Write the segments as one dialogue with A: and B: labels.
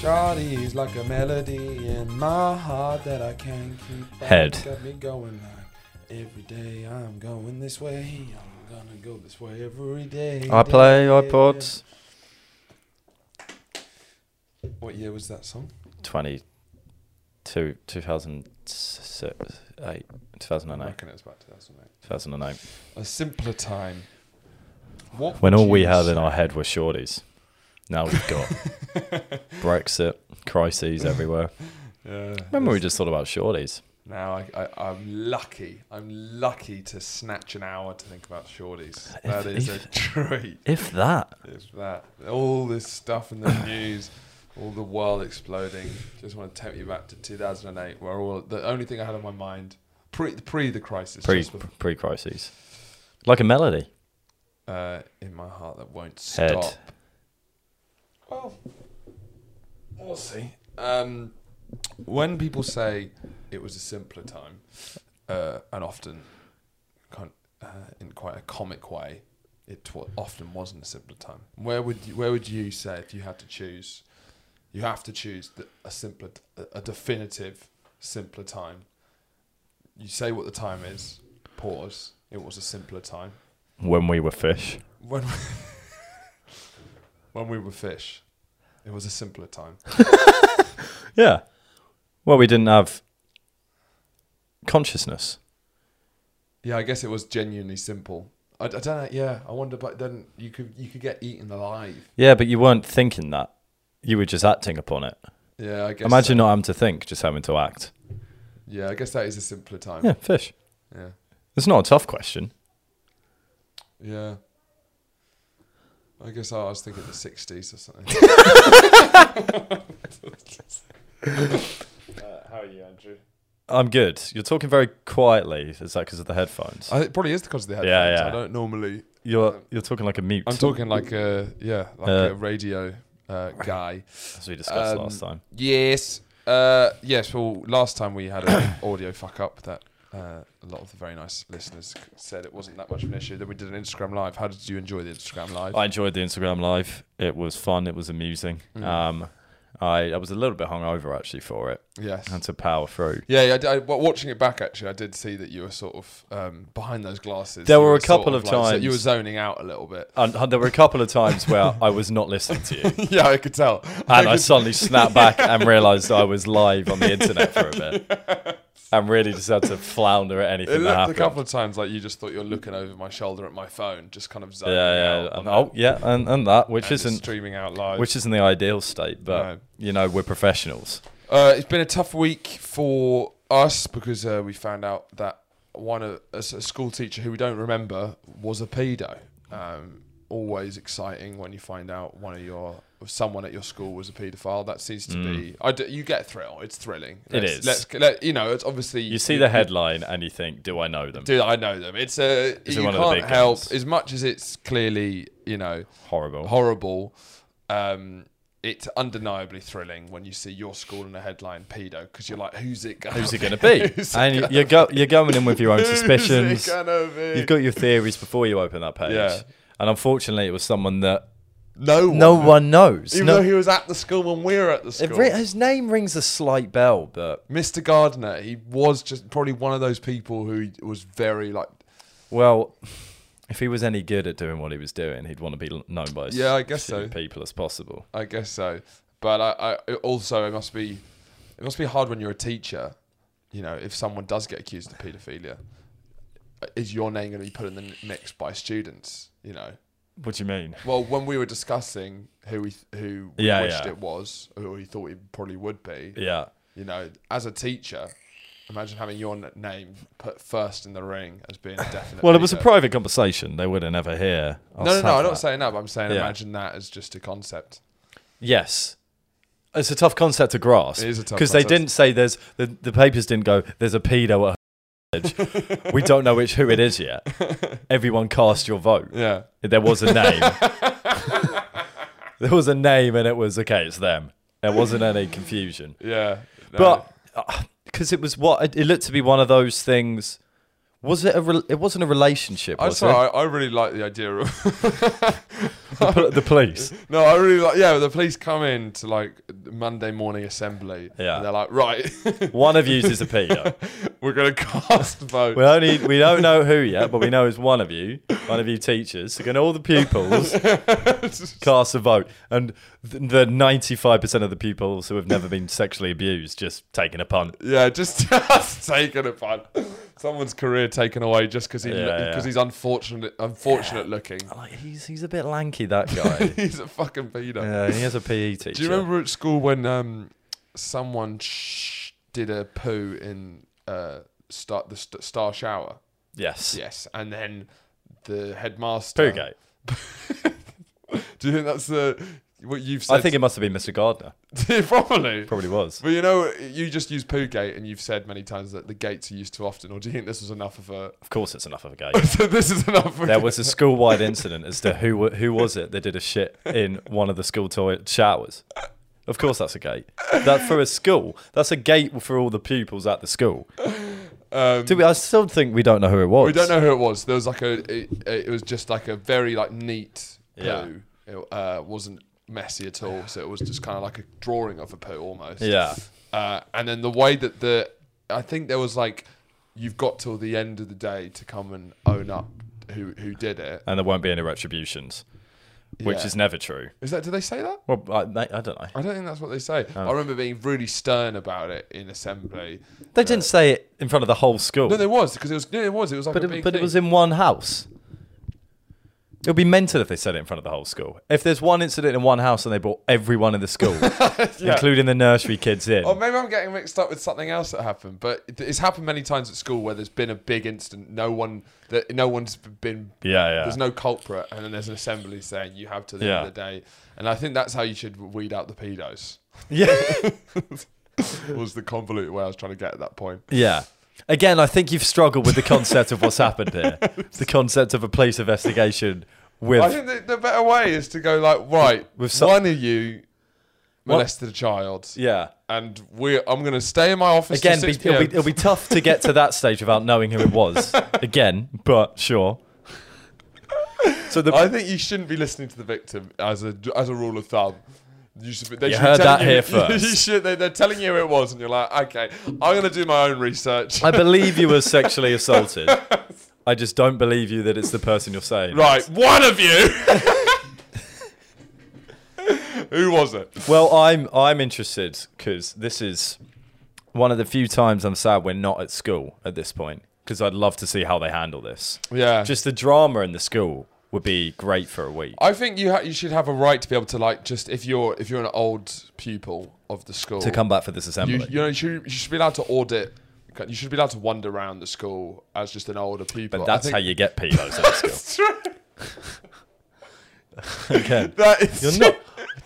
A: Shawty's like a melody in my heart that I can't keep. back.
B: Head.
A: Got me going like every day. I'm going this way. I'm gonna go this way every day.
B: I play
A: day.
B: iPods.
A: What year was that song?
B: 22, 2008,
A: I
B: 2008,
A: reckon it was about 2008.
B: 2008.
A: A simpler time. What
B: When
A: would
B: all we
A: you
B: had in
A: say-
B: our head were shorties. Now we've got Brexit, crises everywhere.
A: Yeah,
B: Remember, we just thought about shorties.
A: Now I, I, I'm lucky. I'm lucky to snatch an hour to think about shorties. That is a
B: if-
A: treat.
B: If that.
A: It's that. All this stuff in the news, all the world exploding. Just want to take you back to 2008, where all the only thing I had on my mind pre pre the crisis,
B: Pre
A: just bef-
B: pre crises. Like a melody.
A: uh, in my heart that won't stop.
B: Head.
A: Well, we'll see. Um, when people say it was a simpler time, uh, and often kind uh, in quite a comic way, it tw- often wasn't a simpler time. Where would you, where would you say if you had to choose? You have to choose the, a simpler, a- a definitive simpler time. You say what the time is. Pause. It was a simpler time
B: When we were fish.
A: when we, when we were fish, it was a simpler time.
B: Yeah. Well, we didn't have consciousness.
A: Yeah, I guess it was genuinely simple. I, I don't know. Yeah, I wonder. But then you could you could get eaten alive.
B: Yeah, but you weren't thinking that. You were just acting upon it.
A: Yeah, I guess.
B: Imagine
A: that-
B: not having to think, just having to act.
A: yeah, I guess that is a simpler time.
B: Yeah, fish.
A: Yeah.
B: It's not a tough question.
A: Yeah. I guess I was thinking the sixties or something. Uh, how are you, Andrew?
B: I'm good. You're talking very quietly. Is that because of the headphones?
A: I, it probably is because of the headphones.
B: Yeah, yeah.
A: I don't normally.
B: you're you're talking like a mute.
A: I'm talking like a yeah, like
B: Uh,
A: a radio uh, guy.
B: as we discussed
A: um,
B: last time.
A: Yes. Uh, yes. Well, last time we had an audio fuck up that uh, a lot of the very nice listeners c- said it wasn't that much of an issue. Then we did an Instagram live. How did you enjoy the Instagram live?
B: I enjoyed the Instagram live. It was fun. It was amusing.
A: Mm.
B: Um, I I was a little bit hungover actually for it.
A: yes.
B: Had to power through.
A: Yeah, yeah I, d- I- wa- watching it back actually, I did see that you were sort of um, behind those glasses.
B: There
A: you
B: were a
A: sort
B: couple of
A: like- so you
B: times-
A: were zoning out a little bit.
B: And, and there were a couple of times where I was not listening to you,
A: yeah, I could tell.
B: and I suddenly snapped back and realised I was live on the internet for a bit, and really just had to flounder at anything
A: It
B: that
A: looked a
B: happened.
A: couple of times like you just thought you were looking over my shoulder at my phone, just kind of zoning out.
B: yeah, yeah,
A: on
B: and,
A: that
B: oh yeah, and, and that which
A: and just
B: isn't
A: streaming out live.
B: which isn't the ideal state, but
A: No.
B: you know we're professionals.
A: Uh, it's been a tough week for us because uh, we found out that one of a, s- a school teacher who we don't remember was a pedo. Um, always exciting when you find out one of your someone at your school was a paedophile. That seems to be I d- you get thrill. It's thrilling.
B: Mm. It
A: Let's-
B: is.
A: Let's let, you know. It's obviously
B: You see the headline and you think, do I know them?
A: Dude, I know them. It's a
B: Is it
A: you
B: one of the
A: can't
B: big
A: help
B: ones?
A: as much as it's clearly you know
B: Horrible.
A: horrible. Um, it's undeniably thrilling when you see your school in a headline pedo because you're like, who's it going?
B: Who's it going to be? and you- you're go, you're going in with your own suspicions.
A: Who's it gonna be?
B: You've got your theories before you open that page.
A: Yeah.
B: And unfortunately, it was someone that
A: no one.
B: no one knows.
A: Even
B: No-
A: though he was at the school when we were at the
B: it
A: school.
B: ri- his name rings a slight bell, but
A: Mr. Gardner, he was just probably one of those people who was very like,
B: well, if he was any good at doing what he was doing, he'd want to be l- known by as
A: Yeah, I guess
B: few
A: so.
B: people as possible.
A: I guess so. But I, I also it must be, it must be hard when you're a teacher, you know, if someone does get accused of paedophilia, is your name going to be put in the mix by students? You know,
B: What do you mean?
A: Well, when we were discussing who we who we
B: Yeah,
A: wished
B: yeah.
A: it was, or who we thought it probably would be,
B: Yeah.
A: you know, as a teacher, imagine having your n- name put first in the ring as being a definite.
B: Well, it was a
A: leader.
B: private conversation. They wouldn't ever hear.
A: No,
B: us
A: no, no.
B: have
A: I'm
B: that.
A: not saying that. But I'm saying
B: Yeah.
A: imagine that as just a concept.
B: Yes. It's a tough concept to grasp.
A: It is a tough
B: Because they
A: concept.
B: didn't say there's the, the papers didn't go, there's a pedo at her college. we don't know which who it is yet. Everyone cast your vote.
A: Yeah,
B: There was a name. there was a name and it was okay, it's them. There wasn't any confusion. uh,
A: yeah. No.
B: But because it was what it, it looked to be one of those things Was it a? Re- it wasn't a relationship.
A: I
B: Was
A: sorry, I, I really like the idea of
B: it? The, pol- the police.
A: No, I really like. Yeah, the police come in to like Monday morning assembly.
B: Yeah.
A: and they're like, right,
B: One of you is a pedo.
A: we're gonna cast vote.
B: We only we don't know who yet, but we know it's one of you, one of you teachers. So can all the pupils cast a vote, and th- the ninety-five percent of the pupils who have never been sexually abused just taking a punt.
A: yeah, just, just taking it fun. Someone's career taken away just because he
B: Yeah,
A: because
B: yeah.
A: he's unfortunate unfortunate looking.
B: Like he's he's a bit lanky that guy.
A: he's a fucking pedo.
B: yeah, he has a PE teacher.
A: Do you remember at school when um someone sh- did a poo in uh star the st- star shower?
B: Yes.
A: Yes, and then the headmaster.
B: Poo gate.
A: Do you think that's the what you've said?
B: I think it must have been Mr. Gardner.
A: probably.
B: Probably was.
A: But you know, you just use poo gate, and you've said many times that the gates are used too often. Or do you think this was enough of a?
B: Of course, it's enough of a gate.
A: so this is enough. Of
B: There was a school-wide incident as to who wa- who was it that did a shit in one of the school toilet showers. Of course, that's a gate. That for a school, that's a gate for all the pupils at the school.
A: um,
B: Do we? I still think we don't know who it was.
A: we don't know who it was. There was like a. It, it was just like a very like neat poo.
B: Yeah.
A: It uh, wasn't messy at all. So it was just kind of like a drawing of a poo almost.
B: Yeah,
A: Uh, and then the way that the, I think there was like, you've got till the end of the day to come and own up who who did it.
B: and there won't be any retributions, which
A: Yeah.
B: is never true.
A: Is that? Did they say that?
B: Well, I, mate, I don't know.
A: I don't think that's what they say.
B: Oh.
A: I remember being really stern about it in assembly.
B: They didn't say it in front of the whole school,
A: No, there was because it was. No, it was. It was like
B: but
A: a
B: it,
A: big
B: but it
A: thing.
B: was in one house. It would be mental if they said it in front of the whole school. If there's one incident in one house and they brought everyone in the school, including the nursery kids, in,
A: Or maybe I'm getting mixed up with something else that happened. But it- it's happened many times at school where there's been a big incident. No one that no one's been.
B: Yeah, yeah.
A: There's no culprit, and then there's an assembly saying you have to the end
B: Yeah.
A: of the day. And I think that's how you should weed out the pedos.
B: yeah,
A: Was the convoluted way I was trying to get at that point.
B: yeah. Again, I think you've struggled with the concept of what's happened here. The concept of a police investigation with
A: I think the, the better way is to go like right.
B: With some-
A: one of you
B: What-
A: molested a child.
B: yeah.
A: and we I'm gonna stay in my office
B: Again,
A: till
B: be,
A: 6
B: it'll, be,
A: p.m.
B: it'll be tough to get to that stage without knowing who it was. Again, but sure. So the,
A: I think you shouldn't be listening to the victim as a as a rule of thumb. You should. be- They
B: You
A: should be
B: heard
A: telling
B: that
A: you-
B: here first.
A: You should. They, they're telling you who it was, and you're like, okay, I'm gonna do my own research.
B: I believe you were sexually assaulted. I just don't believe you that it's the person you're saying.
A: right, one of you. who was it?
B: Well, I'm I'm interested because this is one of the few times I'm sad we're not at school at this point because I'd love to see how they handle this.
A: Yeah.
B: Just the drama in the school would be great for a week.
A: I think you ha- you should have a right to be able to like just if you're if you're an old pupil of the school
B: to come back for this
A: You,
B: assembly.
A: you know, you should, you should be allowed to audit. You should be allowed to wander around the school as just an older pupil.
B: but
A: I
B: that's
A: think-
B: how you get pedos at school.
A: It's true.
B: Again.
A: That is
B: You're
A: true.
B: not.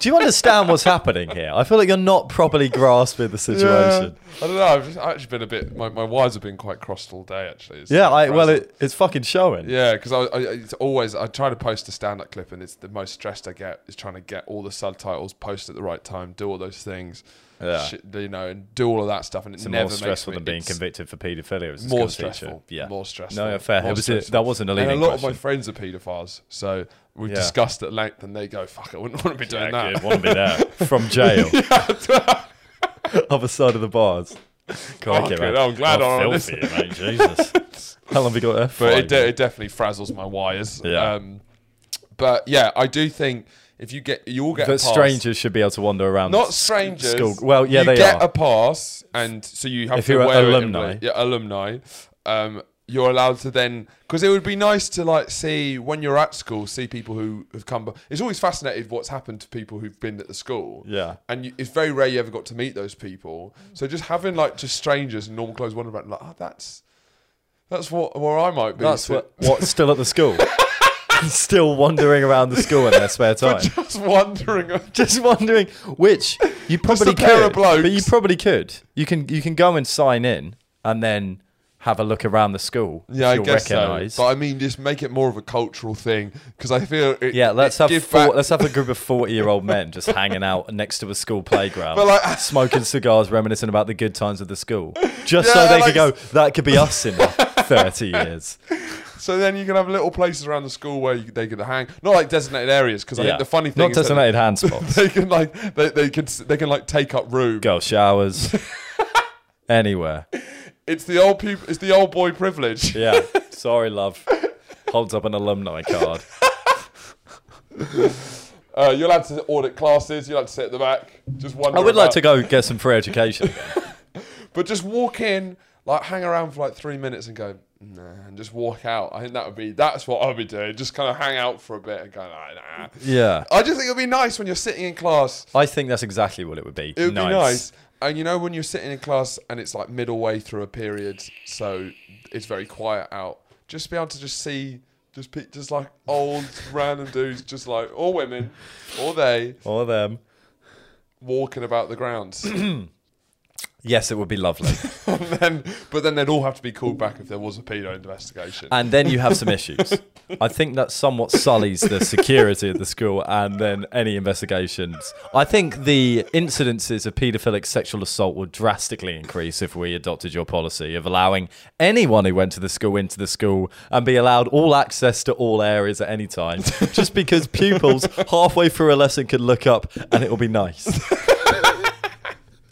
B: Do you understand what's happening here? I feel like you're not properly grasping the situation.
A: Yeah. I don't know. I've just, I've actually been a bit. My, my wires have been quite crossed all day. Actually. It's
B: Yeah, I, well,
A: depressing.
B: it, it's fucking showing.
A: yeah, because I, I it's always I try to post a stand-up clip, and it's the most stressed I get is trying to get all the subtitles, post at the right time, do all those things,
B: Yeah.
A: shit, you know, and do all of that stuff, and it
B: It's
A: never
B: more stressful
A: makes me,
B: than being
A: it's
B: convicted for paedophilia. As a
A: More
B: school teacher.
A: stressful.
B: Yeah.
A: More stressful.
B: No, fair.
A: More
B: it was a,
A: stressful.
B: that wasn't a
A: And
B: leading
A: a lot
B: question.
A: of my friends are paedophiles, so we've
B: Yeah.
A: discussed at length, and they go, "Fuck, I wouldn't want to be doing that."
B: yeah, want to be there from jail, other side of the bars. Crikey,
A: Fucking
B: man.
A: hell, I'm glad
B: How
A: I'm on this.
B: filthy, mate. Jesus. How long have we got there?
A: but
B: Five
A: it, de-
B: minutes.
A: it definitely frazzles my wires.
B: Yeah.
A: Um, but yeah, I do think if you get, you all get a
B: But
A: pass.
B: strangers should be able to wander around.
A: not
B: s-
A: strangers.
B: School. Well, yeah,
A: you
B: they
A: get
B: are.
A: a pass, and so you have
B: If
A: to
B: you're
A: wear It
B: alumni.
A: in, yeah, alumni. Um, you're allowed to then because it would be nice to like see when you're at school, see people who have come. But it's always fascinating what's happened to people who've been at the school.
B: Yeah.
A: and you, it's very rare you ever got to meet those people. So just having like just strangers in normal clothes wandering about, like oh, that's that's what where I might be.
B: That's
A: So-
B: what, what still at the school. still wandering around the school in their spare time.
A: just wondering.
B: Just wondering which you
A: Just a
B: probably
A: pair of
B: could, but you
A: blokes.
B: probably could. You can you can go and sign in, and then have a look around the school.
A: Yeah, I
B: she'll
A: guess
B: recognise.
A: so. But I mean, just make it more of a cultural thing because I feel it,
B: yeah, let's
A: it
B: have
A: give
B: four,
A: back-
B: let's have a group of forty-year-old men just hanging out next to a school playground,
A: But like-
B: smoking cigars, reminiscing about the good times of the school, just so
A: Yeah,
B: they
A: like-
B: could go. That could be us in thirty years.
A: So then you can have little places around the school where you, they could hang, not like designated areas. Because I
B: yeah.
A: think the funny thing
B: not
A: is that
B: designated hand spots.
A: they can like they, they can they can like take up room.
B: Girl showers. Anywhere.
A: It's the old people. It's the old boy privilege.
B: Yeah. Sorry, love. Holds up an alumni card.
A: Uh, you're allowed to audit classes. You're allowed to sit at the back. Just one.
B: I would like to go get some free education. again.
A: but just walk in, like hang around for like three minutes and go, nah, and just walk out. I think that would be that's what I'd be doing. Just kind of hang out for a bit and go, nah. nah.
B: yeah.
A: I just think it'd be nice when you're sitting in class.
B: I think that's exactly what it would be.
A: It would be nice. And you know when you're sitting in class and it's like middle way through a period, so it's very quiet out. Just be able to just see just pe- just like old random dudes, just like or women, or they
B: Or them.
A: walking about the grounds.
B: Yes, it would be lovely.
A: and then, but then they'd all have to be called back if there was a pedo investigation.
B: and then you have some issues. I think that somewhat sullies the security of the school and then any investigations. I think the incidences of paedophilic sexual assault would drastically increase if we adopted your policy of allowing anyone who went to the school into the school and be allowed all access to all areas at any time, just because pupils halfway through a lesson could look up and it'll be nice.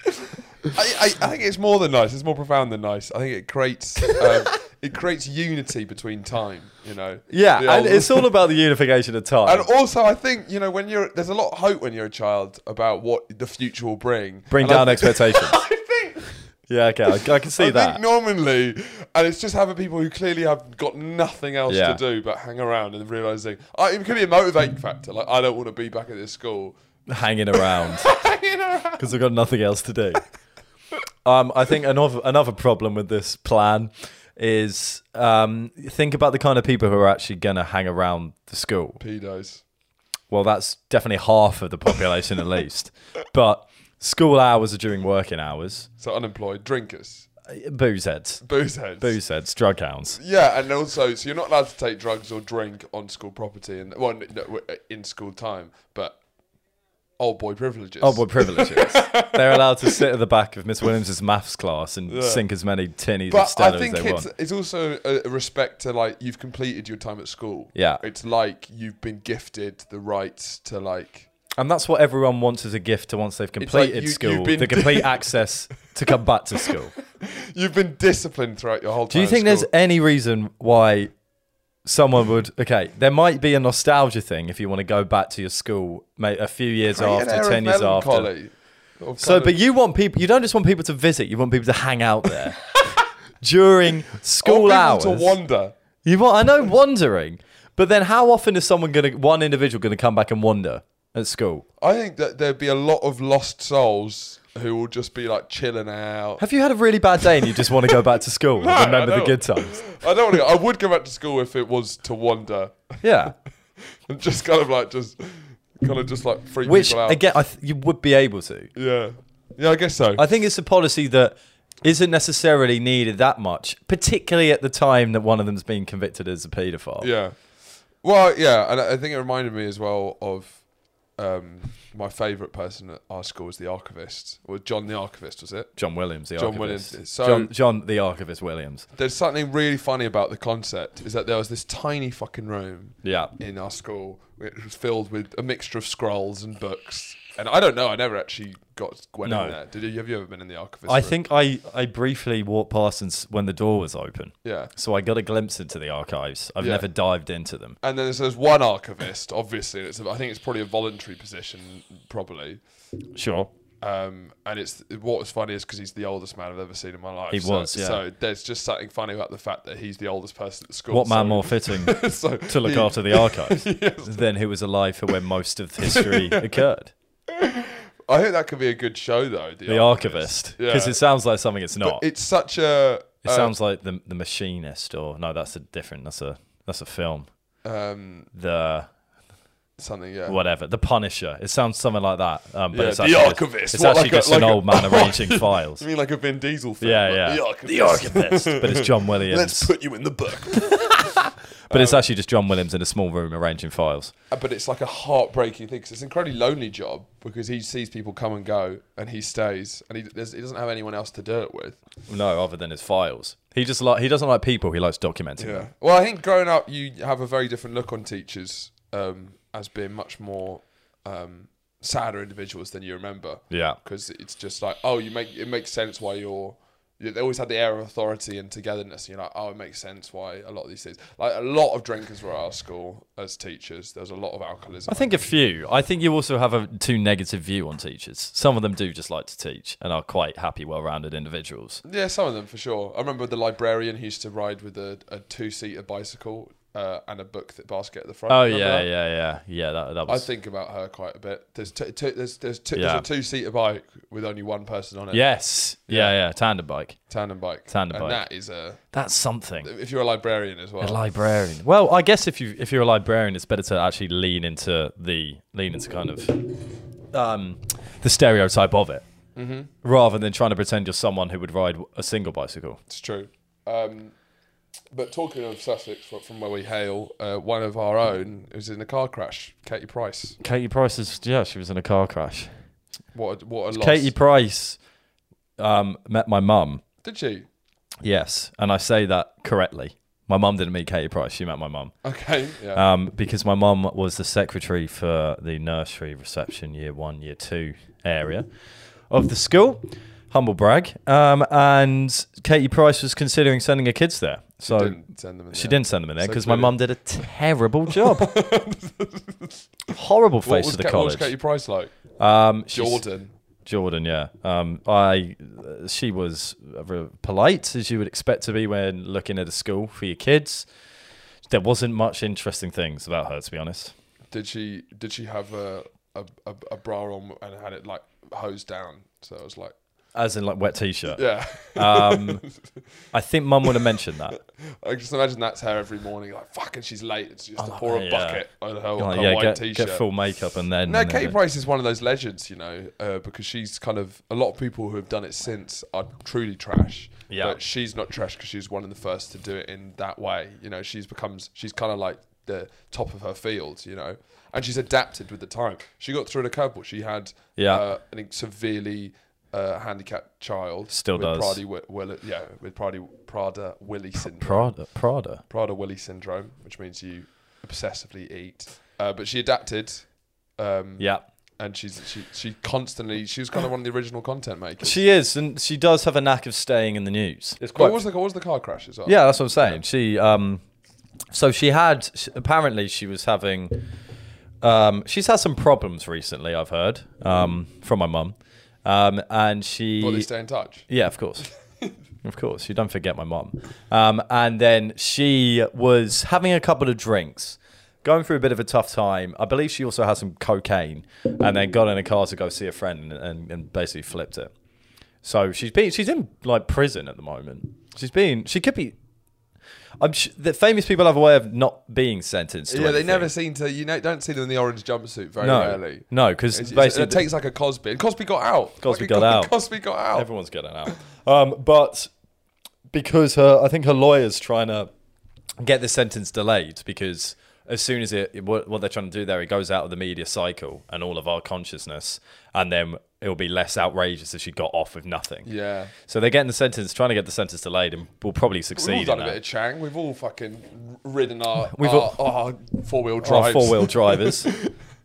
A: I, I, I think it's more than nice. It's more profound than nice. I think it creates um, it creates unity between time. You know.
B: Yeah,
A: The
B: and
A: old-
B: it's all about the unification of time.
A: And also, I think you know when you're there's a lot of hope when you're a child about what the future will bring.
B: Bring
A: And I
B: down
A: thi-
B: expectations.
A: I think.
B: Yeah, okay, I, I can see
A: I
B: that.
A: think normally, and it's just having people who clearly have got nothing else
B: Yeah.
A: to do but hang around and realizing I, it could be a motivating factor. Like I don't want to be back at this school.
B: Hanging around.
A: Hanging around.
B: because I've got nothing else to do. Um, I think another another problem with this plan is um, think about the kind of people who are actually going to hang around the school.
A: Pedos.
B: Well, that's definitely half of the population at least. But school hours are during working hours.
A: So unemployed drinkers,
B: Uh, Booze heads,
A: booze heads,
B: booze heads, drug hounds.
A: Yeah, and also, so you're not allowed to take drugs or drink on school property and well, n- no, in school time, but old boy privileges.
B: Oh, boy, privileges. They're allowed to sit at the back of Miss Williams' maths class and sink as many tinnies of
A: But
B: Stella
A: I
B: as
A: think
B: they
A: it's
B: want.
A: it's also a a respect to like you've completed your time at school.
B: Yeah.
A: it's like you've been gifted the rights to like.
B: And that's what everyone wants as a gift to once they've
A: like
B: completed
A: you- you've
B: school,
A: been-
B: the complete access to come back to school.
A: You've been disciplined throughout your whole time.
B: Do you
A: at
B: think there's
A: school.
B: any reason why someone would? Okay, there might be a nostalgia thing if you want to go back to your school, mate, a few years
A: Create an
B: after,
A: air of
B: ten years after.
A: melancholy of
B: So,
A: kind
B: but
A: of-
B: you want people. You don't just want people to visit. You want people to hang out there during
A: I want
B: school hours.
A: people to wander.
B: you want? I know wandering, but then how often is someone going to one individual going to come back and wander at school?
A: I think that there'd be a lot of lost souls who will just be like chilling out.
B: Have you had a really bad day and you just want to go back to school
A: No, I
B: and remember the
A: don't.
B: good times?
A: I don't want to. I would go back to school if it was to wander
B: Yeah.
A: and just kind of like just kind of just like freak
B: Which
A: people out.
B: again, I th- you would be able to.
A: yeah, yeah, I guess so.
B: I think it's a policy that isn't necessarily needed that much, particularly at the time that one of them's being convicted as a paedophile.
A: yeah. Well, yeah, and I I think it reminded me as well of um, my favourite person at our school was the archivist, or John the archivist, was it?
B: John Williams, the
A: John
B: archivist.
A: Williams. So-
B: John, John, the archivist Williams.
A: There's something really funny about the concept is that there was this tiny fucking room
B: Yeah.
A: in our school which was filled with a mixture of scrolls and books. And I don't know, I never actually got went
B: No.
A: in there. Did you have you ever been in the archivist?
B: I
A: room?
B: think I, I briefly walked past and s- when the door was open.
A: Yeah.
B: So I got a glimpse into the archives. I've
A: Yeah.
B: never dived into them.
A: And then there's, there's one archivist, obviously. and It's I think it's probably a voluntary position, probably.
B: Sure.
A: Um, and it's what was funny is because he's the oldest man I've ever seen in my life.
B: He
A: so,
B: was, yeah.
A: So there's just something funny about the fact that he's the oldest person at school.
B: What
A: so-
B: man more fitting
A: so
B: to look
A: he-
B: after the archives than who was alive for when most of history occurred?
A: I think that could be a good show, though. The,
B: The archivist. Because
A: Yeah.
B: it sounds like something it's not.
A: It's such a.
B: It
A: uh,
B: sounds like the the machinist, or no, that's a different. That's a that's a film.
A: um,
B: The
A: something. Yeah.
B: whatever. The Punisher. It sounds something like that. Um, but
A: Yeah,
B: it's
A: the
B: actually just-
A: Archivist.
B: It's
A: What,
B: actually
A: like a-
B: just an
A: like a-
B: old man arranging files.
A: I mean, like a Vin Diesel film.
B: Yeah,
A: like,
B: yeah.
A: The Archivist.
B: Archivist. but it's John Williams.
A: Let's uh, put you in the book.
B: but it's actually just John Williams in a small room arranging files.
A: Uh, but it's like a heartbreaking thing because it's an incredibly lonely job because he sees people come and go and he stays and he, there's, he doesn't have anyone else to do it with.
B: No, other than his files. He just like he doesn't like people. He likes documenting them.
A: Well, I think growing up, you have a very different look on teachers um, as being much more um, sadder individuals than you remember.
B: Yeah.
A: Because it's just like, oh, you make it makes sense why you're. you- They always had the air of authority and togetherness. You're like, oh, it makes sense why a lot of these things. Like a lot of drinkers were at our school as teachers. There's a lot of alcoholism.
B: I think a few. I think you also have a too negative view on teachers. Some of them do just like to teach and are quite happy, well-rounded individuals.
A: Yeah, some of them for sure. I remember the librarian who used to ride with a, a two seater bicycle uh, and a book that basket at the front.
B: Oh
A: Remember
B: yeah,
A: that?
B: yeah, yeah, yeah. That, that
A: I
B: was.
A: think about her quite a bit. There's t- t- there's there's, two
B: Yeah.
A: there's a two seater bike with only one person on it.
B: yes. Yeah. yeah, Tandem bike.
A: tandem bike.
B: Tandem
A: and
B: bike.
A: that is a
B: That's something.
A: if you're a librarian as well.
B: A librarian. Well, I guess if you if you're a librarian, it's better to actually lean into the lean into kind of um, the stereotype of it, rather than trying to pretend you're someone who would ride a single bicycle.
A: It's true. Um, but talking of Sussex fro- from where we hail, uh, one of our
B: Mm.
A: own was in a car crash. Katie Price.
B: Katie Price is yeah, she was in a car crash.
A: What a, what a loss.
B: Katie Price um, met my mum.
A: Did she?
B: Yes, and I say that correctly. My mum didn't meet Katie Price. She met my mum.
A: Okay. Yeah.
B: Um, because my mum was the secretary for the nursery reception year one, year two area of the school. Humble brag. Um, and Katie Price was considering sending her kids there. So she didn't,
A: didn't send them. In
B: send them in there
A: So
B: because my mum did a terrible job. Horrible
A: What
B: face
A: was,
B: of the
A: Ka- what was
B: college.
A: Katie Price like?
B: um, she's-
A: Jordan.
B: Jordan, yeah. Um, I, she was r- polite as you would expect to be when looking at a school for your kids. There wasn't much interesting things about her, to be honest.
A: Did she did she have a a, a, a bra on and had it like hosed down? So it was like
B: As in, like wet t-shirt.
A: yeah.
B: Um, I think Mum would have mentioned that.
A: I just imagine that's her every morning. Like fucking, she's late. It's just to pour a
B: yeah.
A: bucket on her,
B: Like,
A: her
B: yeah,
A: white
B: get,
A: t-shirt.
B: get full makeup and then.
A: no,
B: and then-
A: Katie Price is one of those legends, you know, uh, because she's kind of a lot of people who have done it since are truly trash.
B: Yeah.
A: But she's not trash because she was one of the first to do it in that way. You know, she's becomes she's kind of like the top of her field, you know, and she's adapted with the time. She got through the curveball. She had
B: Yeah.
A: uh, an ex- severely uh, handicapped child.
B: Still
A: with
B: does.
A: Prada, Wi- Willi- yeah, with Prada, Prada Willie syndrome.
B: Prada, Prada.
A: Prada Willy syndrome, which means you obsessively eat. Uh, but she adapted, um,
B: Yeah,
A: and she's she she constantly she was kind of one of the original content makers.
B: she is, and she does have a knack of staying in the news. It's
A: What was the what was the car crash as well?
B: Yeah, that's what I'm saying. She um, so she had sh apparently she was having um, she's had some problems recently. I've heard um from my mum, um, and she
A: Well, they stay in touch.
B: yeah, of course. of course. You don't forget my mom. Um, and then she was having a couple of drinks, going through a bit of a tough time. I believe she also had some cocaine and then got in a car to go see a friend and, and, and basically flipped it. So she's been, she's in like prison at the moment. She's been, she could be. I'm sh- the famous people have a way of not being sentenced. to
A: Yeah, they
B: anything.
A: never seem to you know don't see them in the orange jumpsuit very
B: No,
A: rarely.
B: no, because
A: It's-
B: basically
A: it's- it takes like a Cosby. And Cosby got out.
B: Cosby
A: Fucking
B: got out.
A: Cosby got out.
B: Everyone's getting out. Um, but because her, I think her lawyer's trying to get the sentence delayed because as soon as it, what, what they're trying to do there, it goes out of the media cycle and all of our consciousness, and then it'll be less outrageous if she got off with nothing.
A: yeah.
B: So they're getting the sentence, trying to get the sentence delayed, and will probably
A: We've all
B: succeed.
A: done
B: in
A: a
B: that.
A: bit of Chang. We've all fucking ridden our
B: We've
A: our, four wheel
B: Our
A: drives.
B: four-wheel drivers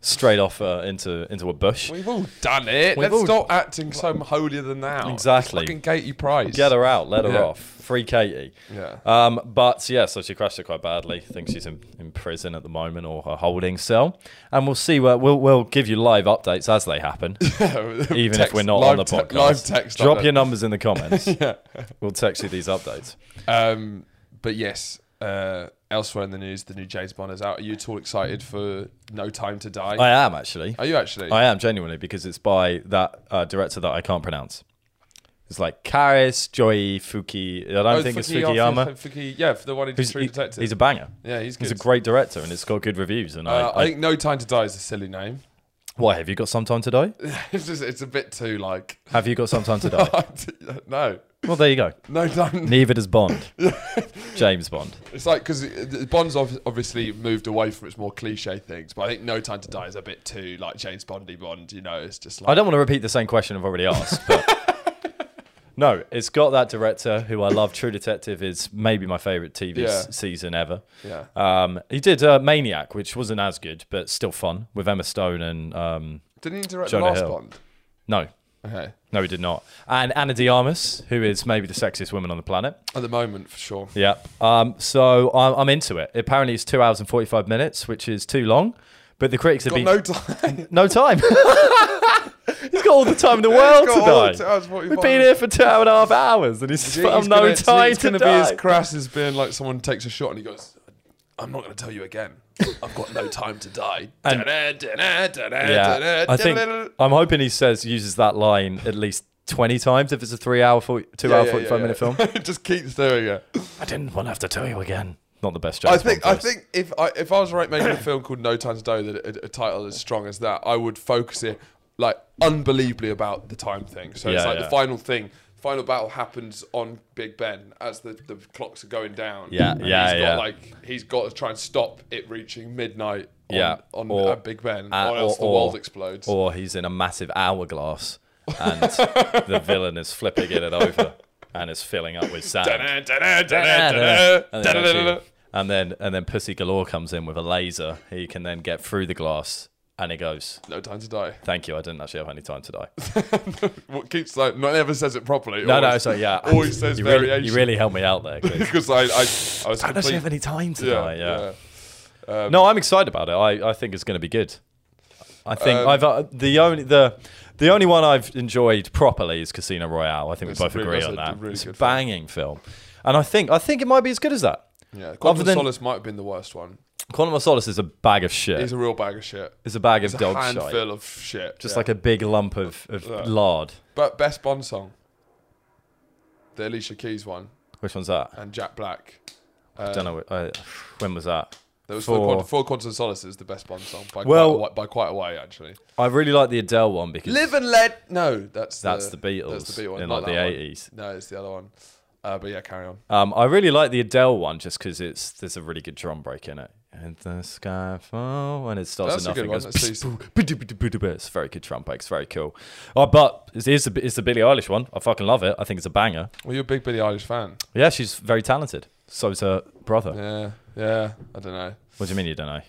B: straight off uh, into into a bush.
A: We've all done it.
B: We've
A: Let's
B: all-
A: stop acting so holier than thou.
B: Exactly.
A: It's fucking Katie Price.
B: Get her out, let her
A: Yeah.
B: off. Free Katie.
A: Yeah.
B: Um, but yeah, so she crashed it quite badly. Thinks she's in, in prison at the moment or her holding cell. And we'll see where we'll we'll give you live updates as they happen. even if
A: Text-
B: we're not
A: live
B: on the
A: te-
B: podcast.
A: live text
B: Drop
A: update.
B: your numbers in the comments. We'll text you these updates.
A: Um, but yes, uh, elsewhere in the news, the new James Bond is out. Are you at all excited for No Time to Die?
B: I am actually.
A: Are you actually?
B: I am genuinely because it's by that uh, director that I can't pronounce. It's like Karis, Joey, Fuki. I don't
A: Oh,
B: think it's
A: Fuki- oh,
B: Fukiyama.
A: Fu- Fuki, yeah, for the one who did
B: Who's-
A: True
B: he-
A: Detective.
B: he's a banger.
A: yeah, he's good.
B: He's a great director, and it's got good reviews. And
A: Uh,
B: I,
A: I
B: I-
A: think No Time to Die is a silly name.
B: why have you got some time to die?
A: it's just it's a bit too like
B: Have you got some time to die?
A: no
B: well, there you go.
A: no time.
B: Neither does Bond. James Bond.
A: It's like because Bond's ob- obviously moved away from its more cliche things, but I think No Time to Die is a bit too like James Bondy Bond. You know, it's just
B: I
A: like
B: don't want to repeat the same question I've already asked. But no, it's got that director who I love. True Detective is maybe my favorite TV s-
A: Yeah.
B: season ever.
A: yeah.
B: Um, he did uh, Maniac, which wasn't as good, but still fun with Emma Stone and um,
A: Didn't he direct
B: Jonah
A: the last
B: Hill.
A: Bond?
B: no,
A: Okay,
B: no, he did not. And Anna De Armas, who is maybe the sexiest woman on the planet.
A: at the moment for sure.
B: Yeah. Um, so I'm, I'm into it. Apparently, it's two hours and 45 minutes, which is too long. But the critics have
A: Got
B: been
A: no time.
B: no time. He's got all the time in the world
A: Got all
B: to
A: the
B: die.
A: time, it's what he
B: We've been
A: wants.
B: here for two and a half hours, and he's
A: He's
B: found no
A: gonna- it's
B: time
A: gonna
B: to
A: be
B: die.
A: as crass as being like someone takes a shot and he goes, "I'm not going to tell you again. I've got no time to die."
B: And- yeah,
A: yeah,
B: I think I'm hoping he says uses that line at least 20 times if it's a three-hour, 40, two-hour, 45-minute film.
A: just keeps doing it.
B: I didn't want to have to tell you again. Not the best joke.
A: I think I think if I if I was right making a film called No Time to Die that a, a title as strong as that, I would focus it like unbelievably about the time thing. So it's
B: Yeah,
A: like
B: yeah.
A: the final thing. Final battle happens on Big Ben as the, the clocks are going down.
B: Yeah,
A: and
B: yeah,
A: he's
B: yeah.
A: Got, like he's got to try and stop it reaching midnight. On,
B: Yeah,
A: on
B: or-
A: uh, Big Ben,
B: uh,
A: or else
B: or-
A: the
B: or-
A: world explodes.
B: Or he's in a massive hourglass, and the villain is flipping it over, and is filling up with sand.
A: Da-da, da-da, da-da, da-da,
B: and,
A: da-da,
B: then
A: da-da.
B: actually- and then and then Pussy Galore comes in with a laser. He can then get through the glass, and he goes,
A: No time to die.
B: "Thank you, I didn't actually have any time to die."
A: What keeps like not ever says it properly.
B: No, no,
A: always,
B: so yeah,
A: Always says
B: you
A: variation.
B: Really, you really helped me out there. Chris.
A: because I, I, I was
B: I don't actually
A: complete-
B: have any time to die. Yeah.
A: yeah. Um,
B: No, I'm excited about it. I, I think it's going to be good. I think
A: Um,
B: I've uh, the only the the only one I've enjoyed properly is Casino Royale. I think we
A: It's a
B: both
A: really-
B: agree
A: that's
B: on
A: a
B: that.
A: really
B: it's a
A: good film.
B: banging film. and I think I think it might be as good as that.
A: Yeah, Quantum
B: Other
A: of
B: than-
A: Solace might have been the worst one.
B: Quantum of Solace is a bag of shit.
A: It's a real bag of shit.
B: It's a bag
A: It's
B: of
A: a
B: dog
A: handful
B: shit.
A: of shit.
B: Just
A: yeah.
B: like a big lump of, of
A: Yeah.
B: lard.
A: But best Bond song, the Alicia Keys one,
B: Which one's that?
A: and Jack Black. Uh,
B: I don't know. Uh, when was that?
A: There was four.
B: For-
A: Quant- Four Quantum of Solace is the best Bond song by
B: Well-
A: quite a, wi- by quite a way actually.
B: I really like the Adele one because
A: Live and Let. No, that's
B: that's the, Beatles
A: That's the Beatles.
B: in
A: not
B: like the
A: that one.
B: 80s.
A: No, it's the other one. Uh, but yeah, carry on.
B: Um, I really like the Adele one just because it's there's a really good drum break in it. And the sky fall when it starts
A: That's a
B: at nothing.
A: good one.
B: goes,
A: That's decent.
B: "Psh, boo, boo, boo, boo, boo." It's a very good drum break. It's very cool. Oh, but it's, it's, the, it's the Billie Eilish one. I fucking love it. I think it's a banger.
A: Well, you're a big Billie Eilish fan.
B: Yeah, she's very talented. So's her brother.
A: Yeah, yeah. I don't know.
B: What do you mean you don't know?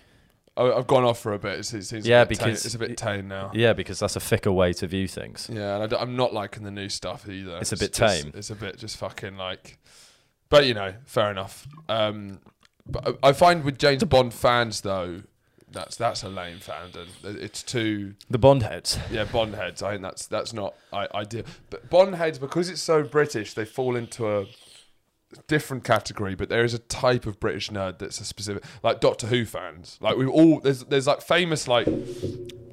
A: I, I've gone off for a bit. It's, it seems
B: Yeah,
A: a bit tame-
B: because
A: it's a bit
B: it-
A: tame now.
B: Yeah, because that's a thicker way to view things.
A: Yeah, and I am not liking the new stuff either.
B: It's a bit
A: just-
B: tame.
A: it's a bit just fucking like, but you know, fair enough. Um, but I I find with James Bond fans though, that's that's a lame fandom. It's too
B: The Bond heads.
A: yeah Bond heads. I think that's that's not I, ideal. But Bond heads because it's so British, they fall into a different category. But there is a type of British nerd that's a specific like Doctor Who fans. Like we all there's there's like famous like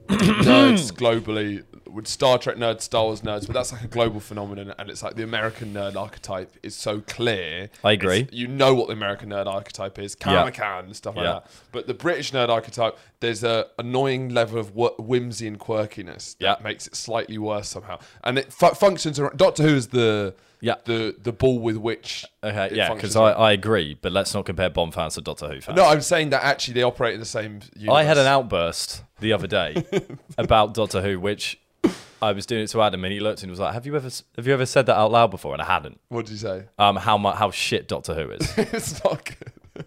A: nerds globally with Star Trek nerds, Star Wars nerds, but that's like a global phenomenon, and it's like the American nerd archetype is so clear.
B: I agree.
A: It's- you know what the American nerd archetype is,
B: Yeah.
A: Comic Con and stuff like
B: Yeah.
A: that. But the British nerd archetype, there's a annoying level of wh- whimsy and quirkiness that
B: Yeah.
A: makes it slightly worse somehow, and it fu- functions around. Doctor Who is the
B: Yeah. Uh,
A: the the ball with which
B: Okay,
A: it
B: yeah,
A: functions
B: because I, I agree, but let's not compare Bond fans to Doctor Who fans.
A: No, I'm saying that actually they operate in the same. Universe.
B: I had an outburst the other day about Doctor Who, which I was doing it to Adam, and he looked and was like, "Have you ever have you ever said that out loud before?" And I hadn't.
A: What did you say?
B: Um, how mu- how shit Doctor Who is.
A: it's not good.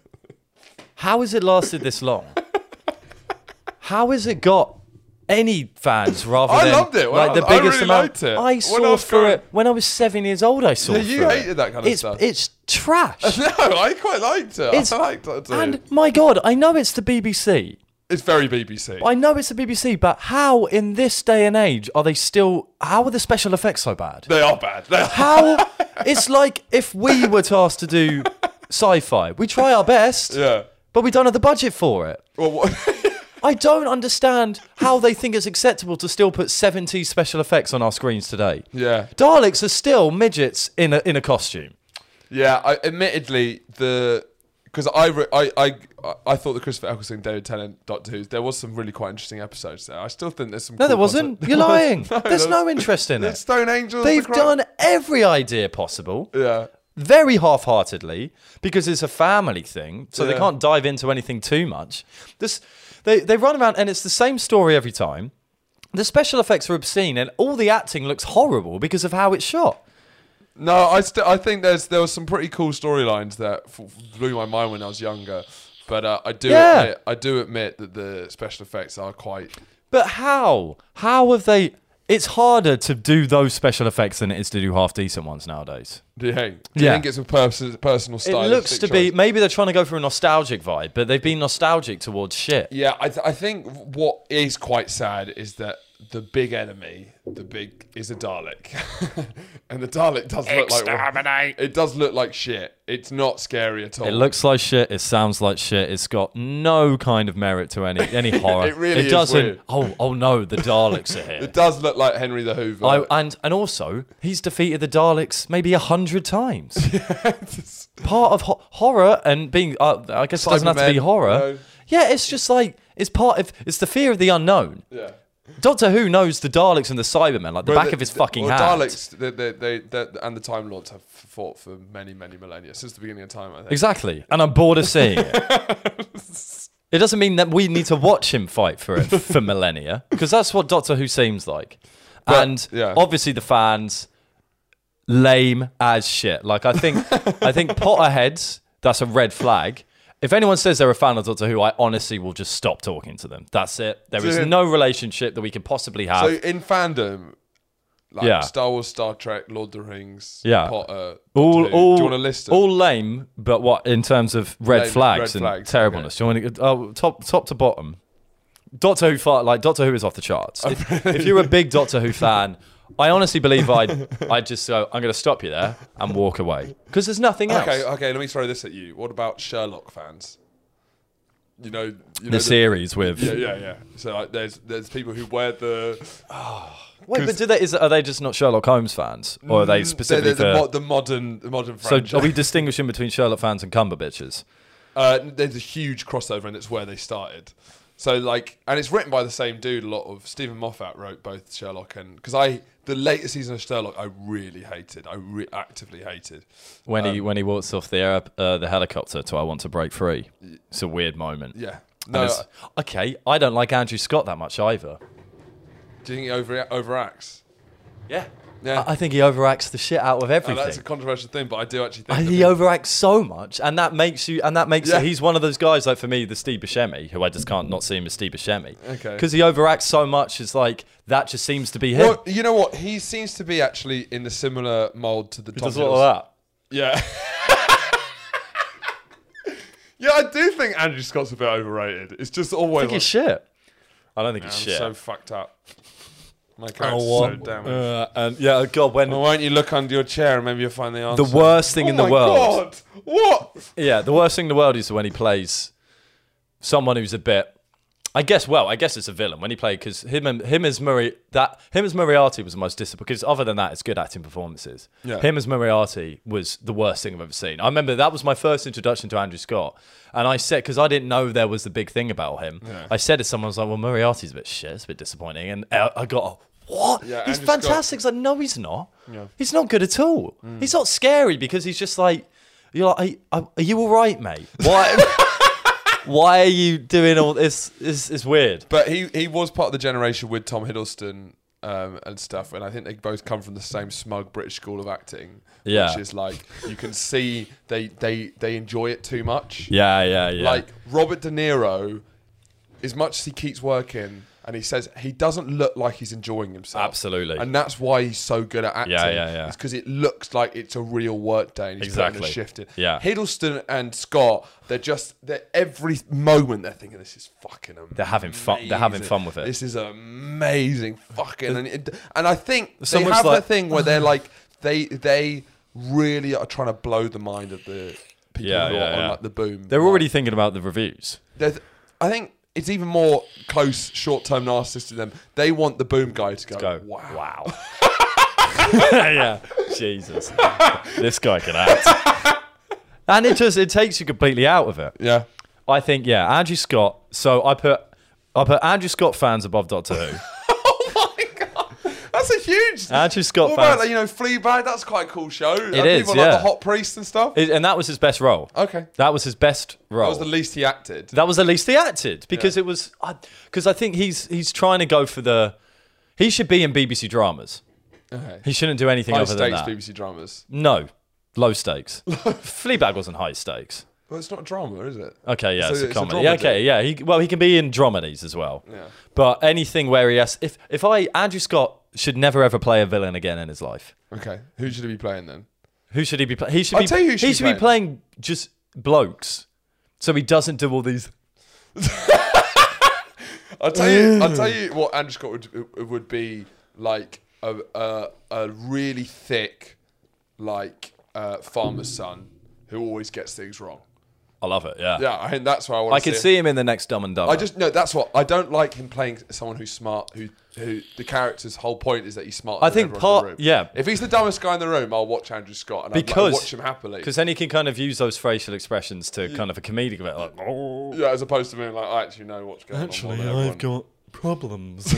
B: how has it lasted this long? How has it got any fans rather
A: I
B: than
A: loved it. When
B: like the
A: I- I
B: biggest
A: really
B: amount?
A: liked it. When
B: I
A: I
B: saw
A: was
B: through
A: growing-
B: it when I was seven years old. I saw.
A: Yeah, you
B: through it.
A: hated that kind of
B: it's,
A: stuff.
B: It's trash.
A: No, I quite liked it.
B: It's-
A: I liked Doctor Who.
B: and my God, I know it's the BBC.
A: It's very BBC.
B: I know it's the BBC, but how in this day and age are they still? How are the special effects so bad?
A: they are bad. They are-
B: How? it's like if we were tasked to do sci-fi, we try our best,
A: yeah.
B: but we don't have the budget for it.
A: Well, what,
B: I don't understand how they think it's acceptable to still put 70 special effects on our screens today.
A: Yeah.
B: Daleks are still midgets in a, in a costume.
A: Yeah, I admittedly the because I, re- I I I thought the Christopher Eccleston David Tennant Doctor Who's there was some really quite interesting episodes there. I still think there's some.
B: No,
A: cool
B: there wasn't.
A: content.
B: You're lying.
A: No,
B: There's
A: there was-
B: no interest in
A: The
B: it.
A: Stone Angels. the
B: They've
A: Cro-
B: done every idea possible,
A: Yeah,
B: very half heartedly, because it's a family thing, so they
A: Yeah.
B: can't dive into anything too much. This, they, they run around and it's the same story every time. The special effects are obscene and all the acting looks horrible because of how it's shot.
A: no, I still I think there's there was some pretty cool storylines that f- blew my mind when I was younger. But uh, I do
B: Yeah.
A: admit, I do admit that the special effects are quite.
B: But how? How have they? It's harder to do those special effects than it is to do half decent ones nowadays.
A: Do you think? Do
B: Yeah.
A: you think it's a pers- personal
B: It
A: style?
B: looks to be maybe they're trying to go for a nostalgic vibe, but they've been nostalgic towards shit.
A: Yeah, I, th- I think what is quite sad is that the big enemy, the big, is a Dalek, and the Dalek does look like it does look like shit. It's not scary at all.
B: It looks like shit. It sounds like shit. It's got no kind of merit to any any horror.
A: It really is
B: doesn't.
A: weird.
B: Oh, oh no, the Daleks are here.
A: it does look like Henry the Hoover.
B: I, and and also, he's defeated the Daleks maybe a hundred times. Part of ho- horror and being, uh, I guess it doesn't have to be
A: Cybermen,
B: horror.
A: no.
B: Yeah, it's just like it's part of it's the fear of the unknown.
A: yeah.
B: Doctor Who knows the Daleks and the Cybermen like the
A: But
B: back of his fucking
A: well,
B: hand.
A: Daleks, they, they, they, they- and the Time Lords have fought for many, many millennia since the beginning of time. I think.
B: Exactly, and I'm bored of seeing it. it doesn't mean that we need to watch him fight for it for millennia because that's what Doctor Who seems like.
A: But-
B: and
A: yeah.
B: obviously the fans lame as shit. Like I think I think Potterheads that's a red flag. If anyone says they're a fan of Doctor Who, I honestly will just stop talking to them. That's it. There is
A: Dude.
B: no relationship that we can possibly have.
A: So in fandom, like
B: Yeah.
A: Star Wars, Star Trek, Lord of the Rings,
B: Yeah.
A: Potter.
B: all,
A: Doctor Who.
B: all,
A: do you want to list them?
B: all lame, but what in terms of red
A: Lame,
B: flags
A: red
B: and
A: flags,
B: terribleness? Do you want to, oh, top top to bottom? Doctor Who fa- like Doctor Who is off the charts. If, if you're a big Doctor Who fan, I honestly believe I'd I'd just go. I'm going to stop you there and walk away because there's nothing else.
A: Okay, okay. Let me throw this at you. What about Sherlock fans? You know, you know
B: the
A: the-
B: series with
A: Yeah, yeah, yeah. So like, there's there's people who wear the
B: wait, but do they is are they just not Sherlock Holmes fans or are
A: Mm,
B: they specifically
A: the, the, the,
B: for-
A: mo- the modern the modern
B: so
A: franchise.
B: are we distinguishing between Sherlock fans and Cumberbitches?
A: uh, there's a huge crossover, and it's where they started. So like, and it's written by the same dude. A lot of Stephen Moffat wrote both Sherlock and because I the latest season of Sherlock I really hated. I re- actively hated.
B: When he
A: Um,
B: when he walks off the air, uh, the helicopter to "I Want to Break Free," it's a weird moment.
A: Yeah.
B: And
A: No.
B: it's- okay, I don't like Andrew Scott that much either.
A: Do you think he over overacts?
B: Yeah.
A: Yeah.
B: I, I think he overacts the shit out of
A: Now,
B: everything.
A: that's a controversial thing, but I do actually think
B: I-
A: that
B: he
A: people-
B: overacts so much, and that makes you, and that makes
A: Yeah.
B: he's one of those guys like for me, the Steve Buscemi, who I just can't not see him as Steve Buscemi,
A: Okay.
B: because he overacts so much. It's like that just seems to be him.
A: Well, you know what? He seems to be actually in a similar mold to the Tom
B: Does all
A: Hiddleston.
B: that.
A: Yeah. yeah, I do think Andrew Scott's a bit overrated. It's just
B: I
A: always
B: think
A: like,
B: he's shit. I don't think
A: "Man,
B: he's
A: I'm
B: shit.
A: so fucked up. My
B: Oh,
A: character's so
B: what-
A: damaged.
B: uh, and yeah, God, when
A: Well, why don't you look under your chair and maybe you'll find the answer?
B: the worst thing
A: oh
B: in the
A: my
B: world.
A: God. What?
B: Yeah, the worst thing in the world is when he plays someone who's a bit. I guess. Well, I guess it's a villain when he played because him and him as Murray that him as Moriarty was the most disappointing. Because other than that, it's good acting performances.
A: Yeah.
B: Him as Moriarty was the worst thing I've ever seen. I remember that was my first introduction to Andrew Scott, and I said because I didn't know there was the big thing about him. I said to someone, I was like, "Well, Moriarty's a bit shit. It's a bit disappointing." And I I got. a, What?
A: Yeah,
B: he's
A: Andrew Scott- Mm.
B: fantastic. It's like, no, he's not. He's not good at all. He's not scary because he's just like, you're like, are, are- are you all right, mate? Why? why are you doing all this? It's, it's weird.
A: But he, he was part of the generation with Tom Hiddleston um, and stuff, and I think they both come from the same smug British school of acting.
B: Yeah.
A: Which is like, you can see they, they, they enjoy it too much.
B: Yeah, yeah, yeah.
A: Like Robert De Niro, as much as he keeps working and he says he doesn't look like he's enjoying himself.
B: Absolutely.
A: And that's why he's so good at acting.
B: Yeah, yeah, yeah.
A: It's because it looks like it's a real work day and he's exactly.
B: Exactly.
A: putting a shift in.
B: Yeah.
A: Hiddleston and Scott, they're just they're every moment they're thinking this is fucking amazing.
B: They're having fun- they're having fun with it."
A: This is amazing fucking and it, and I think
B: So
A: they
B: much
A: have
B: like-
A: that thing where they're like they they really are trying to blow the mind of the people
B: Yeah,
A: who are
B: yeah,
A: on
B: yeah.
A: like the boom.
B: They're
A: Like,
B: already thinking about the reviews.
A: there's, I think it's even more close short-term narcissist to them. They want the boom guy to go.
B: Go.
A: Wow.
B: Wow. yeah. Jesus. this guy can act. and it just it takes you completely out of it.
A: Yeah.
B: I think yeah, Andrew Scott. So I put I put Andrew Scott fans above Doctor Who.
A: Oh my god, that's a huge.
B: Andrew Scott
A: What about
B: fans.
A: like, you know Fleabag? That's quite a cool show. It is.
B: is,
A: People
B: yeah.
A: like the hot priest and stuff.
B: It- and that was his best role.
A: okay, that
B: That was his best role.
A: was the least he acted.
B: That was the least he acted because it was because I, think he's he's trying to go for the he should be in BBC dramas.
A: Okay.
B: He shouldn't do anything
A: High
B: other than
A: stakes
B: that.
A: BBC dramas.
B: No, low stakes. Fleabag wasn't high stakes.
A: Well, it's not a drama, is it?
B: Okay, yeah,
A: So
B: it's, a
A: it's a
B: comedy.
A: dramedy.
B: okay, yeah. He, well, he can be in dramedies as well.
A: Yeah.
B: But anything where he has if if I Andrew Scott should never ever play a villain again in his life.
A: Okay, who should he be playing then?
B: Who should he be playing? He should
A: I'll
B: be.
A: tell you who
B: he
A: should be
B: should be playing just blokes, so he doesn't do all these.
A: I'll tell you. I'll tell you what Andrew Scott would would be like a a, a really thick, like uh, farmer's son who always gets things wrong.
B: I love it. Yeah.
A: Yeah, I think that's why I want.
B: I
A: to
B: could
A: see him.
B: see him in the next Dumb and Dumber.
A: I just no. That's what I don't like him playing someone who's smart. Who who the character's whole point is that he's smart.
B: I think part-
A: in the room.
B: yeah.
A: If he's the dumbest guy in the room, I'll watch Andrew Scott and I'll
B: Because-
A: like, watch him happily.
B: Because then he can kind of use those facial expressions to kind of a comedic bit, like, oh,
A: Yeah, as opposed to being like, I actually know what's going on. more than everyone."
B: got problems.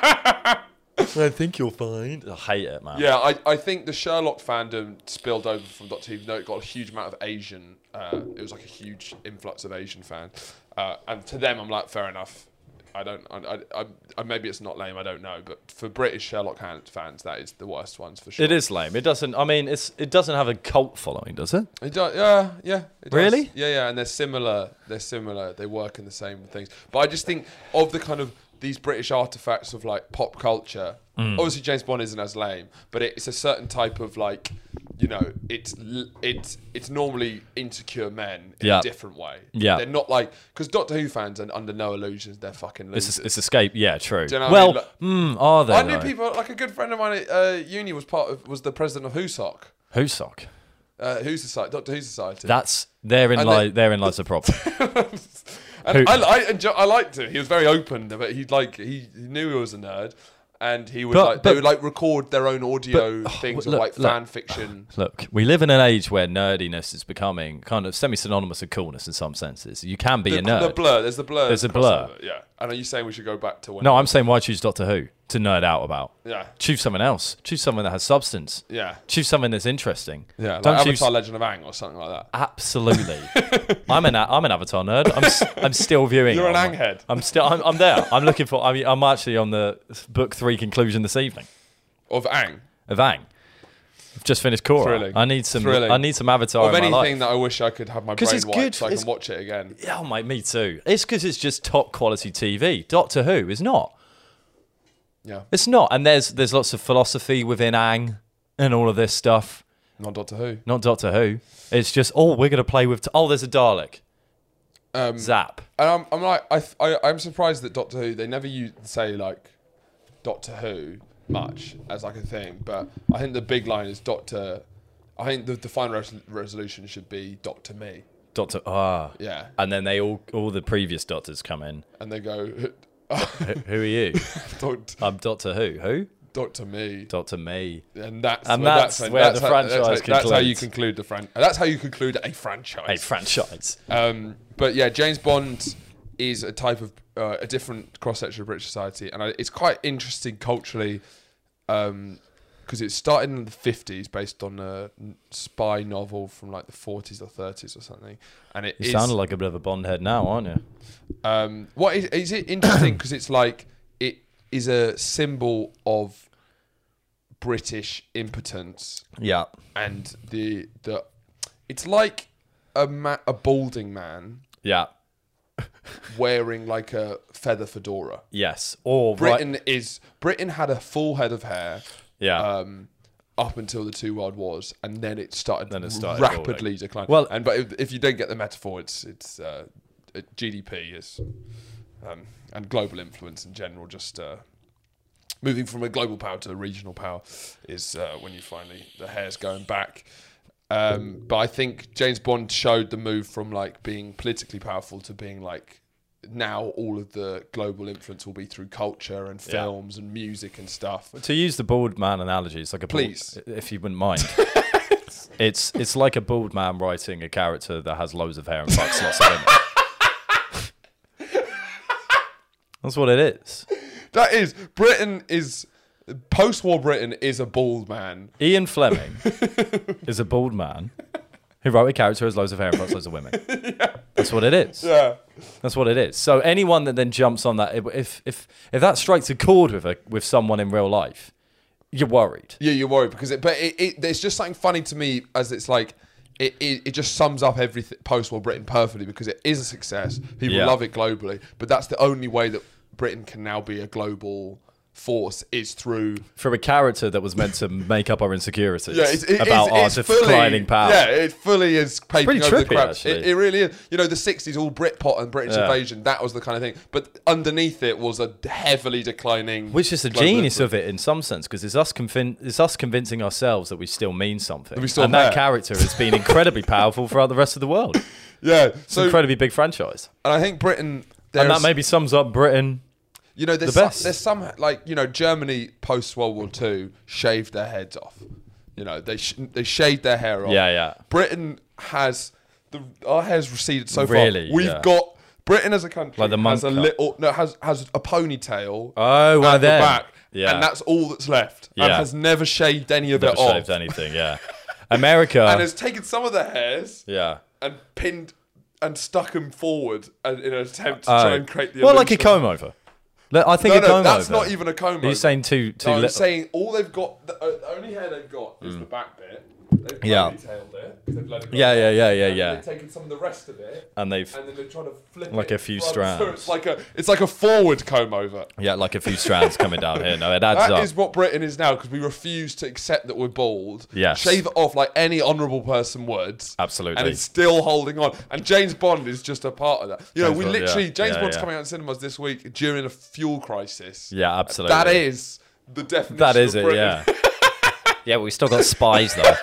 B: I think you'll find. I hate it, man.
A: Yeah, I, I think the Sherlock fandom spilled over from Doctor Who. No, it got a huge amount of Asian. Uh, it was like a huge influx of Asian fans, uh, and to them, I'm like, fair enough. I don't. I, I, I, I maybe it's not lame. I don't know, but for British Sherlock Han- fans, that is the worst ones for sure.
B: It is lame. It doesn't. I mean, it's it doesn't have a cult following, does it?
A: It does, yeah, yeah. It does.
B: Really?
A: Yeah, yeah. And they're similar. They're similar. They work in the same things. But I just think of the kind of these British artifacts of like pop culture.
B: Mm.
A: Obviously, James Bond isn't as lame, but it's a certain type of like, you know, it's l- it's it's normally insecure men in
B: Yeah.
A: a different way.
B: Yeah.
A: they're not like because Doctor Who fans are under no illusions. They're fucking losers.
B: It's it's escape. Yeah, true.
A: you know what I
B: well,
A: mean? Like-
B: mm, are they?
A: I knew
B: though?
A: people like a good friend of mine at uh, uni was part of was the president of Husoc.
B: Who's sock?
A: Uh, Who Society, Doctor Who Society.
B: That's therein
A: And
B: li-
A: they-
B: therein lies the problem. Who-
A: And I, I, enjoy, I liked him. He was very open, but he like he he knew he was a nerd, and he would
B: But-
A: like
B: but-
A: they would like record their own audio
B: but- oh,
A: things
B: look,
A: of like
B: look.
A: fan fiction.
B: Look, we live in an age where nerdiness is becoming kind of semi synonymous with coolness in some senses. You can be
A: The,
B: a nerd.
A: the blur, there's the blur.
B: There's a blur.
A: crossover, Yeah, and are you saying we should go back to when?
B: No, I'm saying why choose Doctor Who to nerd out about?
A: Yeah,
B: Choose someone else. Choose someone that has substance.
A: yeah,
B: Choose someone that's interesting.
A: yeah. Like
B: Don't
A: Avatar:
B: choose.
A: Legend of Ang or something like that.
B: Absolutely. I'm an a- I'm an Avatar nerd. I'm s- I'm still viewing.
A: You're an
B: I'm-
A: Anghead.
B: I'm still I'm, I'm there. I'm looking for. I mean, I'm actually on the book three conclusion this evening
A: Of Ang,
B: of Ang. I've just finished Korra.
A: Thrilling.
B: I need some.
A: Thrilling.
B: I need some Avatar
A: of
B: Oh, in my life.
A: anything that I wish I could have my
B: 'Cause
A: brain
B: it's
A: wiped
B: good,
A: so I
B: it's-
A: can watch it again.
B: Yeah, oh, mate, me too. It's because it's just top quality TV. Doctor Who is not.
A: Yeah,
B: It's not. And there's there's lots of philosophy within Ang and all of this stuff.
A: not Doctor Who.
B: Not Doctor Who. It's just oh, we're gonna play with. T- oh, there's a Dalek.
A: Um,
B: Zap.
A: And I'm, I'm like, I, th- I, I'm surprised that Doctor Who, they never use, say, like, Doctor Who much as like a thing, but I think the big line is Doctor. I think the, the final res- resolution should be Doctor Me.
B: Doctor. Ah.
A: Yeah.
B: And then they all all the previous Doctors come in.
A: And they go,
B: Who, who are you?
A: Doc-
B: I'm Doctor Who. Who?
A: Doctor Me.
B: Doctor Me.
A: And that's,
B: And
A: where-
B: that's where the
A: how-
B: franchise
A: that's how, that's how you
B: concludes.
A: conclude the fran- That's how you conclude a franchise.
B: A franchise.
A: Um, but yeah, James Bond is a type of uh, a different cross section of British society, and I, it's quite interesting culturally because it started in the fifties, based on a n- spy novel from like the forties or thirties or something. And it
B: You
A: is-
B: sound like a bit of a Bond head now, aren't you?
A: um, what is, is it interesting because it's like it is a symbol of British impotence
B: Yeah.
A: and the the it's like a ma- a balding man
B: Yeah.
A: wearing like a feather fedora.
B: Yes. Or right.
A: Britain is Britain had a full head of hair.
B: Yeah.
A: Um, up until the two world wars, and then it started,
B: Then it started
A: rapidly
B: falling.
A: declining.
B: Well-
A: Well, and but if, if you don't get the metaphor, it's it's uh, uh, GDP is um, and global influence in general. Just uh, moving from a global power to a regional power is uh, when you finally the hair's going back. Um, but I think James Bond showed the move from like being politically powerful to being like now all of the global influence will be through culture and films and music and stuff.
B: To use the bald man analogy, it's like a bald-
A: Please.
B: if you wouldn't mind. it's it's like a bald man writing a character that has loads of hair and fucks lots of women. That's what it is.
A: That is Britain is post-war Britain is a bald man.
B: Ian Fleming is a bald man who wrote a character who has loads of hair and fucks loads of women. That's what it is.
A: Yeah.
B: That's what it is. So anyone that then jumps on that, if if if that strikes a chord with a with someone in real life, you're worried.
A: Yeah, you're worried because it, but it, it, it's just something funny to me as it's like, it, it, it just sums up everything post-war Britain perfectly because it is a success. People
B: Yeah.
A: love it globally, but that's the only way that Britain can now be a global force is through
B: for a character that was meant to make up our insecurities
A: yeah, it's, it
B: about
A: is-
B: our
A: it's fully-
B: declining power.
A: Yeah, it fully is paping
B: pretty
A: over the
B: trippy,
A: crap.
B: actually.
A: It, it really is. You know, the '60s, all Britpop and British
B: Yeah.
A: invasion. That was the kind of thing. But underneath it was a heavily declining,
B: Which is the
A: global
B: genius
A: influence.
B: of it in some sense, because it's us convin- it's us convincing ourselves that we still mean something.
A: we still
B: and that
A: matter.
B: character has been incredibly powerful throughout the rest of the world. It's
A: Yeah, so and
B: an incredibly big franchise.
A: I think Britain.
B: And that
A: there's-
B: maybe sums up Britain.
A: You know, there's
B: The
A: some,
B: best.
A: there's some like you know Germany post World War II shaved their heads off. You know, they sh- they shaved their hair off.
B: Yeah, yeah.
A: Britain has the our hair's receded so
B: Really,
A: far. We've
B: yeah.
A: got Britain as a country
B: Like the monk
A: has a
B: cut.
A: little no has has a ponytail.
B: Oh, one
A: at
B: of
A: the
B: them.
A: back,
B: Yeah.
A: and that's all that's left. And
B: Yeah.
A: has never shaved any of
B: Never
A: it off.
B: shaved anything, yeah. America.
A: And has taken some of their hairs
B: yeah.
A: and pinned and stuck them forward and- in an attempt to
B: Oh.
A: try and create the
B: well, like a
A: illusion.
B: comb over. Le- I think
A: No,
B: a comb
A: no, that's
B: over.
A: not even a comb.
B: Are you
A: over.
B: saying too too
A: No, I'm
B: little? Hmm.
A: saying all they've got, the, uh, the only hair they've got is the back bit. They've
B: Yeah.
A: ponytailed it. 'cause They've let it go
B: yeah, yeah, yeah, yeah,
A: And
B: yeah.
A: They've taken some of the rest of it,
B: And they've
A: and then they're trying to flip
B: Like
A: it
B: a few
A: front, So
B: strands.
A: it's like a, it's like a forward comb over.
B: yeah, like a few strands coming down here. No, it adds
A: That is
B: up.
A: what Britain is now because we refuse to accept that we're bald.
B: Yes.
A: Shave it off like any honourable person would.
B: Absolutely.
A: And it's still holding on. And James Bond is just a part of that. You know,
B: James
A: we
B: Bond, yeah.
A: literally, James
B: Yeah,
A: Bond's
B: yeah.
A: coming out in cinemas this week during a fuel crisis.
B: Yeah, absolutely.
A: That is the definition
B: That is
A: of
B: it,
A: Britain.
B: yeah. yeah, but we still got spies though.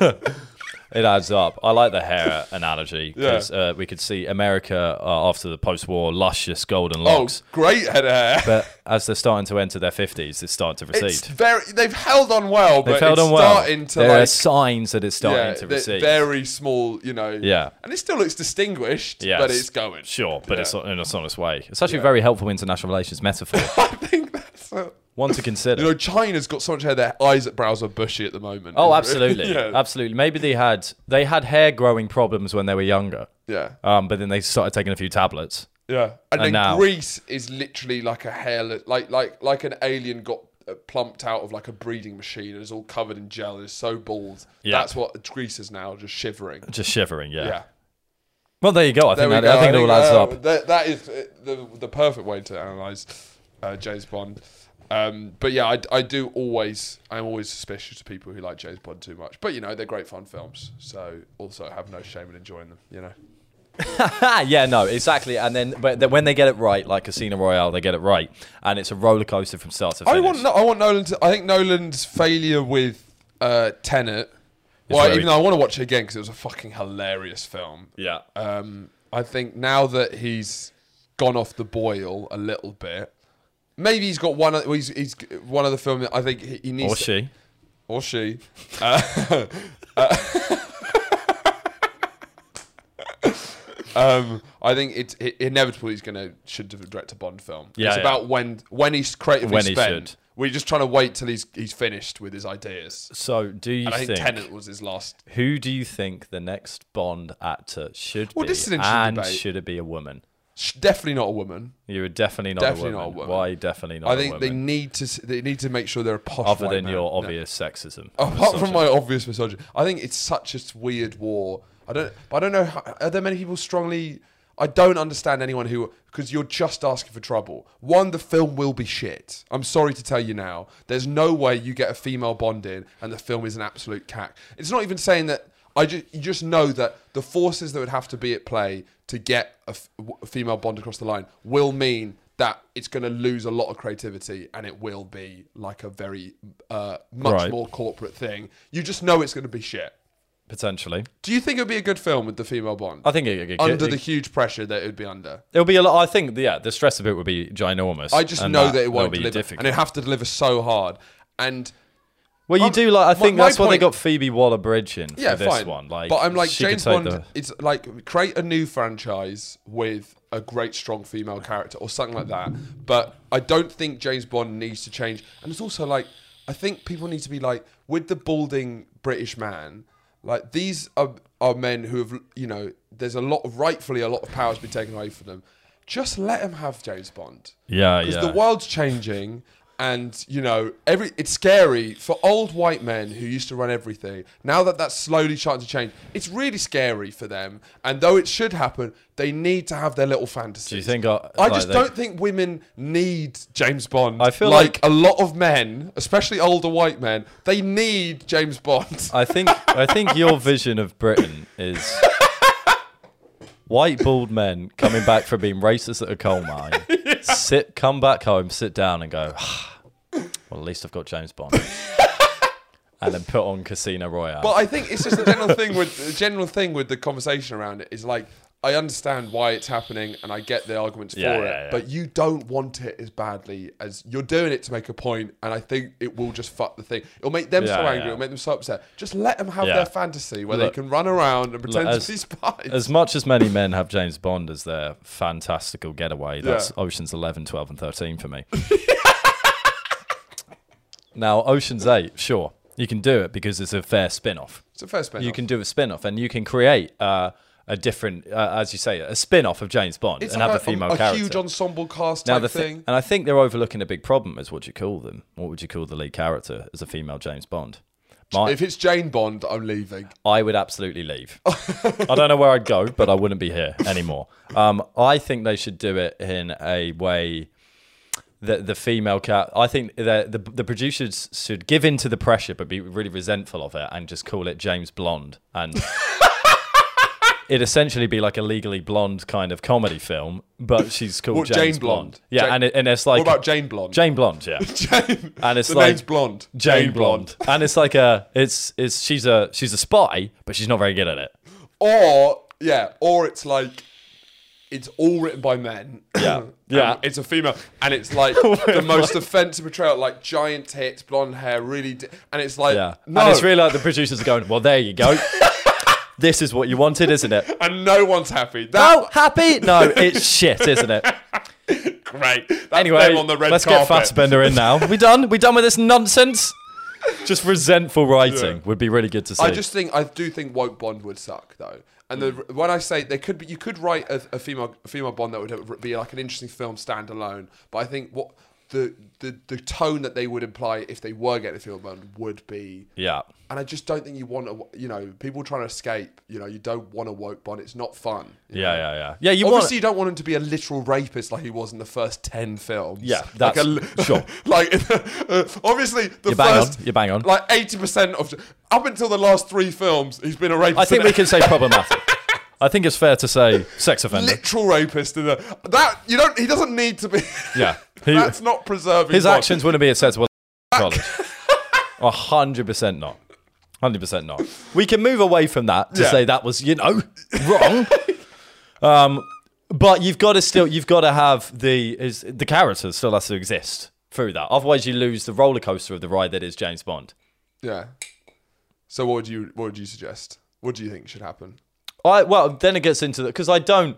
B: it adds up. I like the hair analogy because uh, we could see America uh, after the post-war luscious golden
A: Oh,
B: locks,
A: great head of hair.
B: but as they're starting to enter their fifties, it's starting to
A: It's
B: recede.
A: very. They've held on well, but
B: They fell
A: it's
B: on well.
A: starting to
B: there are
A: like
B: signs that it's starting
A: yeah,
B: to
A: they're
B: recede.
A: very small. You know.
B: Yeah.
A: And it still looks distinguished,
B: Yes.
A: but it's going.
B: Sure, but it's
A: Yeah.
B: not in its honest way. It's actually a very helpful international relations metaphor.
A: I think that's. A,
B: One to consider.
A: you know, China's got so much hair. Their eyes at brows are bushy at the moment.
B: Oh, absolutely,
A: yeah.
B: absolutely. Maybe they had they had hair growing problems when they were younger.
A: yeah.
B: Um, but then they started taking a few tablets.
A: Yeah. And, then
B: now-
A: Greece is literally like a hair, like like like an alien got uh, plumped out of like a breeding machine and is all covered in gel. and Is so bald.
B: Yeah.
A: That's what Greece is now, just shivering.
B: Just shivering, yeah.
A: Yeah.
B: Well, there you go. I
A: There
B: think,
A: we
B: that,
A: go.
B: I think it all adds
A: uh,
B: up.
A: That, that is uh, the the perfect way to analyze uh, James Bond. Um, but yeah, I, I do always I'm always suspicious of people who like James Bond too much. But you know they're great fun films, so also have no shame in enjoying them. You know.
B: yeah, no, exactly. And then, but then when they get it right, like Casino Royale, they get it right, and it's a roller coaster from start to finish.
A: I want no- I want Nolan to. I think Nolan's failure with uh, Tenet. Well,
B: very-
A: even though I want to watch it again because it was a fucking hilarious film.
B: Yeah,
A: Um, I think now that he's gone off the boil a little bit, maybe he's got one. Of, well, he's, he's one of the film. that I think he, he needs
B: or she.
A: or she. Uh, uh, um, I think it's i inevitable. He's gonna should direct a Bond film.
B: Yeah,
A: it's
B: yeah.
A: about when when he's creatively
B: When he
A: spent.
B: should.
A: We're just trying to wait till he's he's finished with his ideas.
B: So, do you
A: And I think,
B: think?
A: Tennant was his last.
B: Who do you think the next Bond actor should
A: Well,
B: be?
A: this is an interesting
B: and
A: debate.
B: should it be a woman?
A: sh- Definitely not a woman.
B: You are definitely not
A: Definitely
B: a
A: not a
B: woman.
A: woman.
B: Why definitely not?
A: I
B: a
A: think they
B: woman?
A: need to s- they need to make sure they're a posh.
B: other
A: white
B: than
A: man.
B: your
A: No.
B: obvious sexism.
A: Apart from my obvious misogyny, I think it's such a weird war. I don't. I don't know. How, are there many people strongly? I don't understand anyone who because you're just asking for trouble. One, the film will be shit. I'm sorry to tell you now. There's no way you get a female Bond in, and the film is an absolute cack. It's not even saying that. I just you just know that the forces that would have to be at play to get a, f- w- a female Bond across the line will mean that it's going to lose a lot of creativity, and it will be like a very uh, much
B: Right.
A: more corporate thing. You just know it's going to be shit.
B: potentially.
A: Do you think it would be a good film with the female Bond?
B: I think it, it, it,
A: under
B: it,
A: the huge pressure that it would be under.
B: will be a lot. I think yeah, the stress of it would be ginormous.
A: I just
B: and
A: know that, it
B: that'll
A: won't
B: be
A: deliver.
B: difficult.
A: And it'd have to deliver so hard. And
B: well, you
A: I'm-
B: do like. I
A: my-
B: think
A: my
B: that's why they
A: point-
B: got Phoebe Waller-Bridge in
A: yeah,
B: for this
A: fine.
B: one. Like,
A: but I'm like
B: she could
A: James
B: take
A: Bond.
B: the-
A: It's like create a new franchise with a great, strong female character or something like that. But I don't think James Bond needs to change. And it's also like I think people need to be like with the balding British man. Like these are are men who have you know. There's a lot of rightfully a lot of power has been taken away from them. Just let him have James Bond.
B: yeah,
A: because
B: yeah.
A: the world's changing and you know every it's scary for old white men who used to run everything now that that's slowly starting to change it's really scary for them and though it should happen they need to have their little fantasies
B: do you think? I,
A: I just
B: like, they-
A: don't think women need James Bond.
B: I feel
A: like, a lot of men, especially older white men, they need James Bond.
B: I think I think your vision of Britain is white bald men coming back from being racist at a coal mine. Sit, come back home, sit down, and go. "Ah, well, at least I've got James Bond. and then put on Casino Royale.
A: But I think it's just the general thing with the general thing with the conversation around it is like I understand why it's happening and I get the arguments
B: Yeah,
A: for it,
B: yeah, yeah.
A: but you don't want it as badly as you're doing it to make a point, and I think it will just fuck the thing. It'll make them so
B: Yeah,
A: angry,
B: yeah.
A: it'll make them so upset. Just let them have
B: Yeah.
A: their fantasy where they
B: Look-
A: can run around and pretend
B: as-
A: to be spies.
B: as much as many men have James Bond as their fantastical getaway, that's
A: Yeah.
B: Oceans 11, 12, and 13 for me. now, Oceans 8, sure, you can do it because it's a fair spin off.
A: it's a fair spin.
B: You can do a spin off and you can create uh, a different, uh, as you say, a spin off of James Bond
A: it's
B: and
A: like
B: have a female
A: a,
B: character.
A: huge ensemble cast
B: now
A: type
B: the thi-
A: thing.
B: and I think they're overlooking a big problem. Is what you call them? What would you call the lead character as a female James Bond? My,
A: if it's Jane Bond, I'm leaving.
B: I would absolutely leave. I don't know where I'd go, but I wouldn't be here anymore. Um, I think they should do it in a way that the female cat. I think that the the producers should give in to the pressure, but be really resentful of it, and just call it James Blonde, and it essentially be like a Legally Blonde kind of comedy film, but she's called
A: What,
B: James
A: Jane Blonde?
B: Yeah,
A: Jane-
B: and it, and it's like
A: what about Jane Blonde?
B: Jane Blonde, yeah.
A: Jane,
B: And it's
A: the
B: like
A: name's Blonde.
B: Jane, Blonde. and it's like a it's it's she's a she's a spy, but she's not very good at it.
A: Or yeah, or it's like it's all written by men.
B: Yeah.
A: And
B: Yeah. Oh
A: It's a female, and it's like the most offensive portrayal, like giant tits, blonde hair, really, di- and it's like
B: Yeah.
A: Uh, no,
B: And it's really like the producers are going, well, there you go. this is what you wanted, isn't it?
A: and no one's happy. That's
B: Oh, happy? No, it's shit, isn't it?
A: great. That's
B: Anyway,
A: them on the red
B: let's
A: carpet.
B: get Fassbender in now. We done? We done with this nonsense? Just resentful writing
A: Yeah.
B: would be really good to see.
A: I just think I do think woke Bond would suck though. And the, when I say there could be, you could write a, a female a female Bond that would be like an interesting film standalone. But I think what the the, the tone that they would imply if they were getting a female Bond would be
B: yeah.
A: And I just don't think you want to, you know, people trying to escape, you know, you don't want a woke Bond. It's not fun.
B: Yeah, yeah, yeah. Yeah, you
A: Obviously,
B: want
A: you don't want him to be a literal rapist like he was in the first 10 films.
B: Yeah,
A: like
B: that's-
A: li-
B: sure.
A: like, uh, obviously, the
B: You bang on,
A: first.
B: you bang on.
A: Like 80% of. Up until the last three films, he's been a rapist.
B: I think
A: in
B: we can say problematic. I think it's fair to say sex
A: a
B: offender.
A: Literal rapist in the that you don't he doesn't need to be
B: Yeah. He-
A: that's not preserving
B: His
A: Bond.
B: actions wouldn't be acceptable in college. A hundred percent not. Hundred percent not. We can move away from that to
A: Yeah.
B: say that was, you know, wrong. um, but you've got to still, you've got to have the is the character still has to exist through that. Otherwise, you lose the roller coaster of the ride that is James Bond.
A: yeah so what would you what would you suggest what do you think should happen
B: I well, then it gets into that because I don't.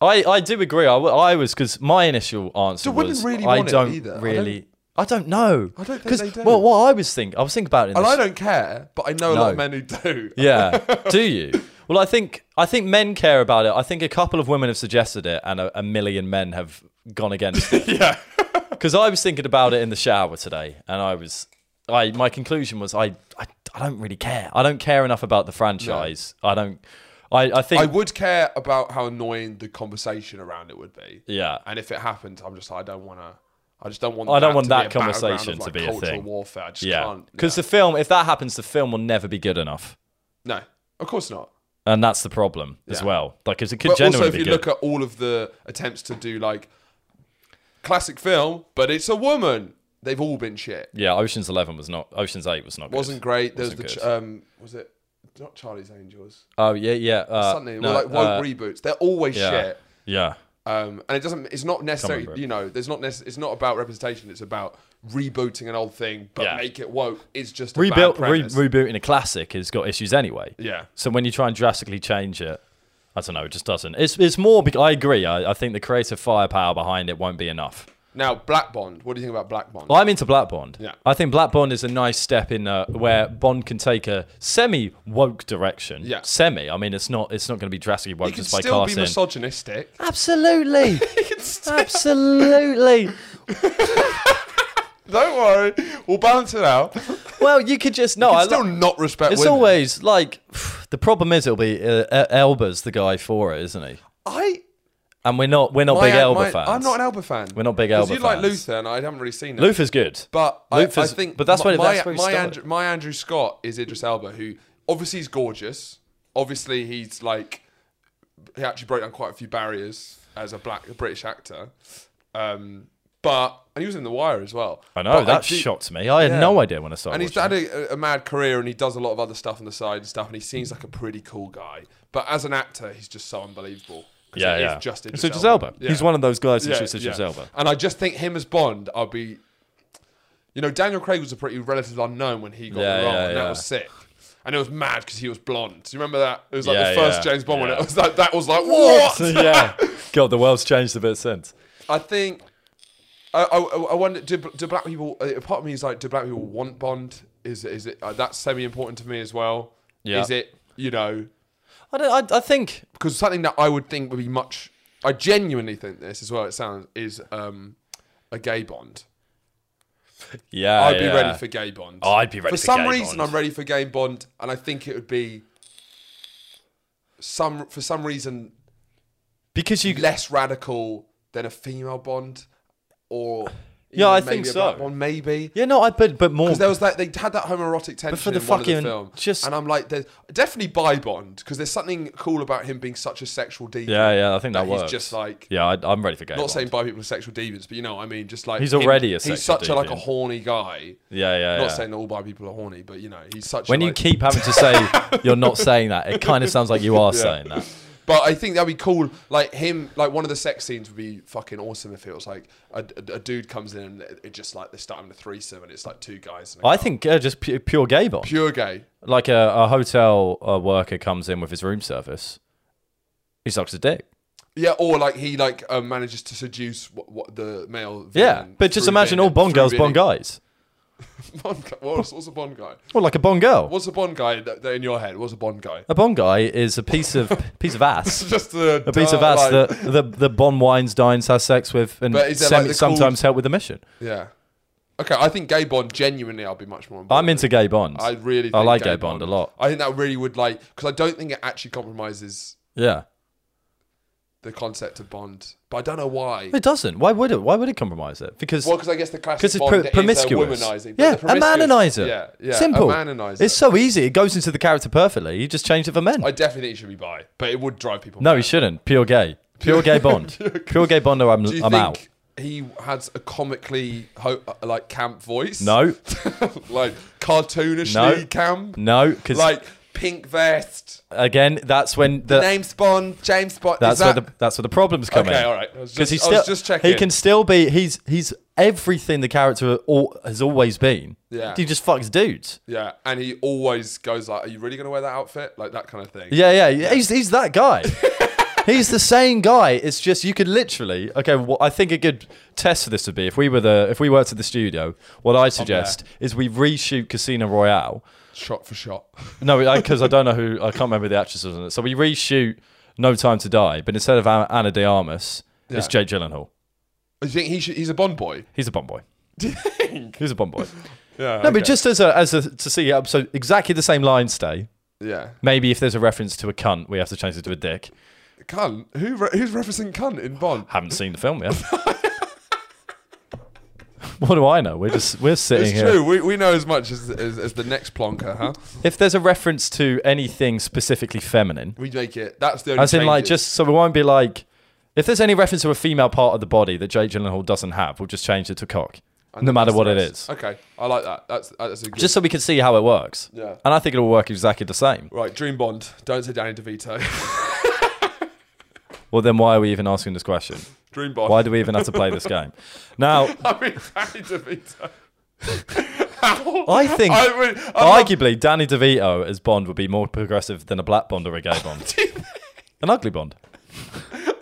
B: I, I do agree. I, w- I was because my initial answer
A: women
B: was
A: really
B: I
A: want it
B: don't
A: either? I don't-
B: really. I don't, know. I
A: don't think they do.
B: Well, what I was thinking, I was thinking about it. In
A: and
B: the
A: I don't care but I know a lot of
B: No.
A: men who do
B: Yeah. Do you? Well, I think I think men care about it. I think a couple of women have suggested it, and a, a million men have gone against it.
A: yeah
B: Because I was thinking about it in the shower today, and I was, I my conclusion was I I, I don't really care. I don't care enough about the franchise. I don't. I I think
A: I would care about how annoying the conversation around it would be.
B: yeah.
A: And if it happens, I'm just I don't want to. I just don't want.
B: I don't
A: that
B: want
A: to be
B: that
A: a battleground
B: conversation
A: of,
B: to
A: like,
B: be a
A: cultural
B: thing.
A: warfare. I just
B: Yeah,
A: can't.
B: because the film, if that happens, the film will never be good enough,
A: no, of course not.
B: and that's the problem as
A: Yeah.
B: well. Like, 'cause it could
A: But also,
B: genuinely
A: if
B: be
A: you
B: good.
A: look at all of the attempts to do like classic film, but it's a woman, they've all been shit.
B: yeah, Ocean's Eleven was not. Ocean's Eight was not.
A: Wasn't
B: good.
A: great. There's
B: Wasn't
A: the ch-
B: good.
A: um, was it not Charlie's Angels.
B: Oh yeah, yeah. Uh,
A: Suddenly,
B: no,
A: we're like woke
B: uh,
A: reboots. They're always
B: yeah.
A: shit.
B: yeah.
A: Um, and it doesn't. It's not necessarily.
B: remember it.
A: You know, there's not. Necess- it's not about representation. It's about rebooting an old thing, but
B: Yeah.
A: make it woke. It's just a
B: Rebuilt,
A: Bad
B: re-
A: premise.
B: rebooting a classic has got issues anyway.
A: yeah.
B: So when you try and drastically change it, I don't know, it just doesn't. It's it's more. Be- I agree. I, I think the creative firepower behind it won't be enough.
A: Now, Black Bond. What do you think about Black Bond?
B: Well, I'm into Black Bond.
A: Yeah.
B: I think Black Bond is a nice step in uh, where Bond can take a semi woke direction.
A: Yeah.
B: Semi. I mean, it's not it's not going to be drastically woke
A: It can
B: just by
A: still be
B: casting.
A: misogynistic.
B: Absolutely. Absolutely.
A: Don't worry, we'll balance it out.
B: Well, you could just no.
A: It's
B: I
A: still
B: lo-
A: not respect.
B: it's
A: women.
B: always like the problem is it'll be uh, E- Elba's the guy for it, isn't he?
A: I.
B: And we're not we're not
A: my-
B: big Elba
A: my-
B: fans.
A: I'm not an Elba fan.
B: We're not big
A: 'Cause
B: Elba
A: You like
B: fans.
A: Luther, and I haven't really seen it.
B: Luther's good,
A: But I, I
B: Luther's-
A: think.
B: but that's
A: my,
B: where-
A: my,
B: that's where he
A: my
B: started.
A: Andrew, my Andrew Scott is Idris Elba, who obviously is gorgeous. Obviously, he's like he actually broke down quite a few barriers as a black a British actor. Um, but and he was in The Wire as well.
B: I know
A: But
B: that
A: do-
B: shocked me. I had
A: Yeah.
B: no idea when I saw.
A: and he's had a, a mad career and he does a lot of other stuff on the side and stuff and he seems like a pretty cool guy but as an actor he's just so unbelievable 'Cause
B: yeah,
A: he
B: yeah.
A: is just Idris
B: it's Idris
A: Elba.
B: Elba.
A: Yeah.
B: He's one of those guys that's
A: Yeah,
B: just Idris
A: yeah.
B: Elba.
A: and I just think him as Bond I'll be you know Daniel Craig was a pretty relative unknown when he got
B: Yeah,
A: the role
B: yeah,
A: and
B: yeah.
A: that was sick and it was mad because he was blonde do you remember that it was like
B: Yeah,
A: the first
B: yeah,
A: James Bond when
B: yeah.
A: it was like that was like what
B: yeah. God, the world's changed a bit since.
A: I think I, I, I wonder do, do black people uh, part of me is like do black people want Bond is is it uh, that's semi important to me as well
B: Yeah.
A: is it you know
B: I, don't, I, I think
A: because something that I would think would be much I genuinely think this as well it sounds is um a gay Bond
B: yeah.
A: I'd be
B: yeah.
A: ready for gay Bond
B: Oh, I'd be ready for
A: some
B: gay
A: reason
B: Bond.
A: I'm ready for gay Bond and I think it would be some for some reason
B: because you
A: less radical than a female Bond or
B: Yeah, I
A: even maybe
B: think
A: a black
B: so.
A: Bond maybe
B: yeah no I but but more
A: Because there was that they had that homoerotic tension
B: for the
A: in one of the
B: fucking-
A: film,
B: just-
A: and I'm like, there's definitely by Bond because there's something cool about him being such a sexual deviant.
B: yeah yeah I think that,
A: he's
B: works.
A: just like
B: yeah I, I'm ready for gay.
A: not
B: Bond.
A: saying by people are sexual deviants, but you know, what I mean, just like
B: He's
A: him-
B: already a
A: he's
B: sexual
A: such a like a
B: deviant.
A: horny guy.
B: yeah yeah.
A: Not
B: yeah.
A: saying that all bi people are horny, but you know, he's such.
B: When
A: a,
B: you
A: like-
B: keep having to say you're not saying that, it kind of sounds like you are saying that.
A: But I think that'd be cool. Like him, like one of the sex scenes would be fucking awesome if it was like a, a, a dude comes in and it, it just like they start having a threesome and it's like two guys. And a
B: I
A: girl.
B: think uh, just pu- pure gay bond.
A: pure gay.
B: Like a, a hotel uh worker comes in with his room service, he sucks a dick.
A: Yeah, or like he like uh, manages to seduce what, what the male.
B: Yeah,
A: villain
B: but just
A: through
B: imagine
A: being-
B: all Bond
A: through
B: girls,
A: being
B: Bond guys,
A: a- Bond guy. What's, what's a Bond guy?
B: or like a Bond girl.
A: What's a Bond guy that, that in your head? What's a Bond guy?
B: A Bond guy is a piece of piece of ass.
A: Just a,
B: A piece of ass that the, the Bond wines, dines, has sex with, and
A: But is there, like,
B: semi-
A: the cool-
B: sometimes help with the mission.
A: Yeah. Okay, I think gay Bond. Genuinely, I'll be much more. on board
B: I'm into gay Bond.
A: with it. I really. Think
B: I like gay Bond a lot.
A: I think that really would like because I don't think it actually compromises
B: yeah,
A: the concept of Bond, but I don't know why.
B: it doesn't. Why would it? Why would it compromise it? Because
A: Well, because I guess the classic
B: 'Cause it's
A: Bond
B: pro-
A: is a
B: promiscuous.
A: womanizing. but
B: Yeah,
A: the
B: a
A: promiscuous-
B: manonizer.
A: Yeah, yeah,
B: Simple.
A: A manonizer.
B: It's so easy. It goes into the character perfectly. You just changed it for men.
A: I definitely think he should be bi, but it would drive people.
B: no,
A: mad.
B: he shouldn't. Pure gay. Pure gay Bond. Pure gay Bond, or I'm,
A: Do you
B: I'm
A: think
B: out.
A: he has a comically ho- uh, like camp voice?
B: No,
A: like cartoonishly
B: No.
A: camp.
B: no, because
A: Like pink vest.
B: again, that's when the,
A: Name's Bond. James Bond.
B: Uh, that's
A: Is that-
B: where the that's where the problems come in.
A: Okay, all right. I was
B: Because
A: just,
B: he's
A: I
B: still
A: was just checking.
B: he can still be he's he's everything the character al- has always been.
A: Yeah.
B: he just fucks dudes.
A: Yeah, and he always goes like, "Are you really gonna wear that outfit?" Like that kind of thing.
B: Yeah, yeah, yeah. He's he's that guy. he's the same guy. It's just you could literally. Okay, well, I think a good test for this would be if we were the if we worked at the studio. What I suggest is we reshoot Casino Royale. Shot
A: for shot.
B: No, because I, don't know who I can't remember the actress was in it. So we reshoot No Time to Die, but instead of Anna, Anna De Armas, it's
A: Yeah.
B: Jake Gyllenhaal.
A: Do Oh, you think he should, he's a Bond boy?
B: He's a bomb boy. He's a bomb boy.
A: Yeah.
B: No, but just as a, as a, to see up, so exactly the same line stay.
A: yeah.
B: Maybe if there's a reference to a cunt, we have to change it to a dick.
A: Cunt. Who re- who's referencing cunt in Bond?
B: Haven't seen the film yet. what do I know? We're just we're sitting
A: It's
B: here.
A: true. We, we know as much as, as as the next plonker, huh?
B: If there's a reference to anything specifically feminine,
A: We make it. That's the only.
B: as in like
A: changes.
B: just so we won't be like, if there's any reference to a female part of the body that Jake Gyllenhaal doesn't have, we'll just change it to cock.
A: I
B: No
A: think
B: matter
A: that's the
B: what it
A: best.
B: is.
A: Okay, I like that. That's that's a good.
B: just so we can see how it works.
A: Yeah.
B: And I think it'll work exactly the same.
A: right, Dream Bond. Don't say Danny DeVito.
B: Well, then why are we even asking this question?
A: Dream Bond.
B: Why do we even have to play this game? Now,
A: I mean, Danny DeVito. Ow.
B: I think
A: I mean, I'm not-
B: arguably Danny DeVito as Bond would be more progressive than a black Bond or a gay Bond. An ugly Bond.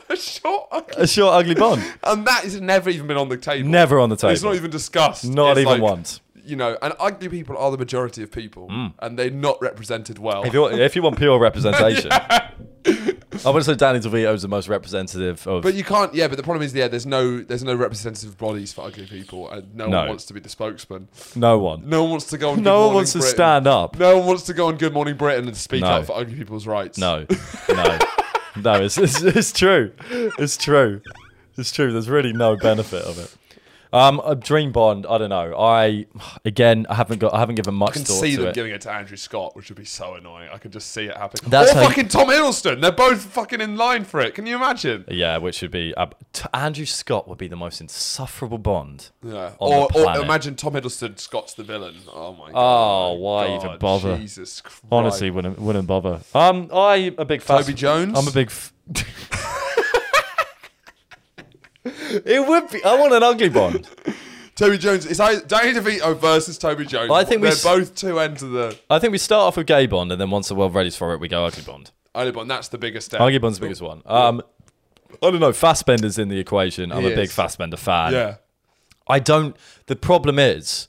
A: a short.
B: A short, ugly Bond.
A: And that has never even been on the table.
B: Never on the table.
A: It's not even discussed.
B: Not
A: It's like,
B: even once.
A: You know, and ugly people are the majority of people, and they're not represented well.
B: Mm. If you, want, if you want pure representation, I would say Danny DeVito is the most representative of.
A: But you can't. Yeah, but the problem is, yeah, there's no there's no representative bodies for ugly people, and no,
B: No.
A: one wants to be the spokesman.
B: no one.
A: No one wants to go on. Good
B: No one
A: Morning
B: wants to
A: Britain.
B: stand up.
A: No one wants to go on Good Morning Britain and speak
B: No.
A: up for ugly people's rights.
B: No, no, no. It's, it's it's true. It's true. It's true. There's really no benefit of it. Um, a dream bond. I don't know. I again, I haven't got. I haven't given much
A: I can
B: thought
A: see
B: to
A: them
B: it.
A: giving it to Andrew Scott, which would be so annoying. I could just see it happening.
B: That's
A: or
B: how you-
A: fucking Tom Hiddleston. They're both fucking in line for it. Can you imagine?
B: yeah, which would be ab- t- Andrew Scott would be the most insufferable Bond.
A: Yeah.
B: On
A: Or,
B: the
A: or
B: planet.
A: imagine Tom Hiddleston, Scott's the villain. Oh my god.
B: Oh, why even
A: God,
B: bother?
A: Jesus Christ.
B: Honestly, wouldn't wouldn't bother. Um, I'm a big fan.
A: Toby Jones?
B: I'm a big. F- it would be. I want an ugly Bond.
A: Toby Jones. It's either Danny DeVito versus Toby Jones.
B: I think we
A: they're
B: s-
A: both two ends of the.
B: I think we start off with gay Bond, and then once the world ready's for it, we go ugly Bond.
A: Only one. That's the biggest step.
B: Ugly Bond's the biggest one. Um, I don't know. Fassbender's in the equation. I'm
A: He
B: a big
A: is.
B: Fassbender fan.
A: Yeah.
B: I don't. The problem is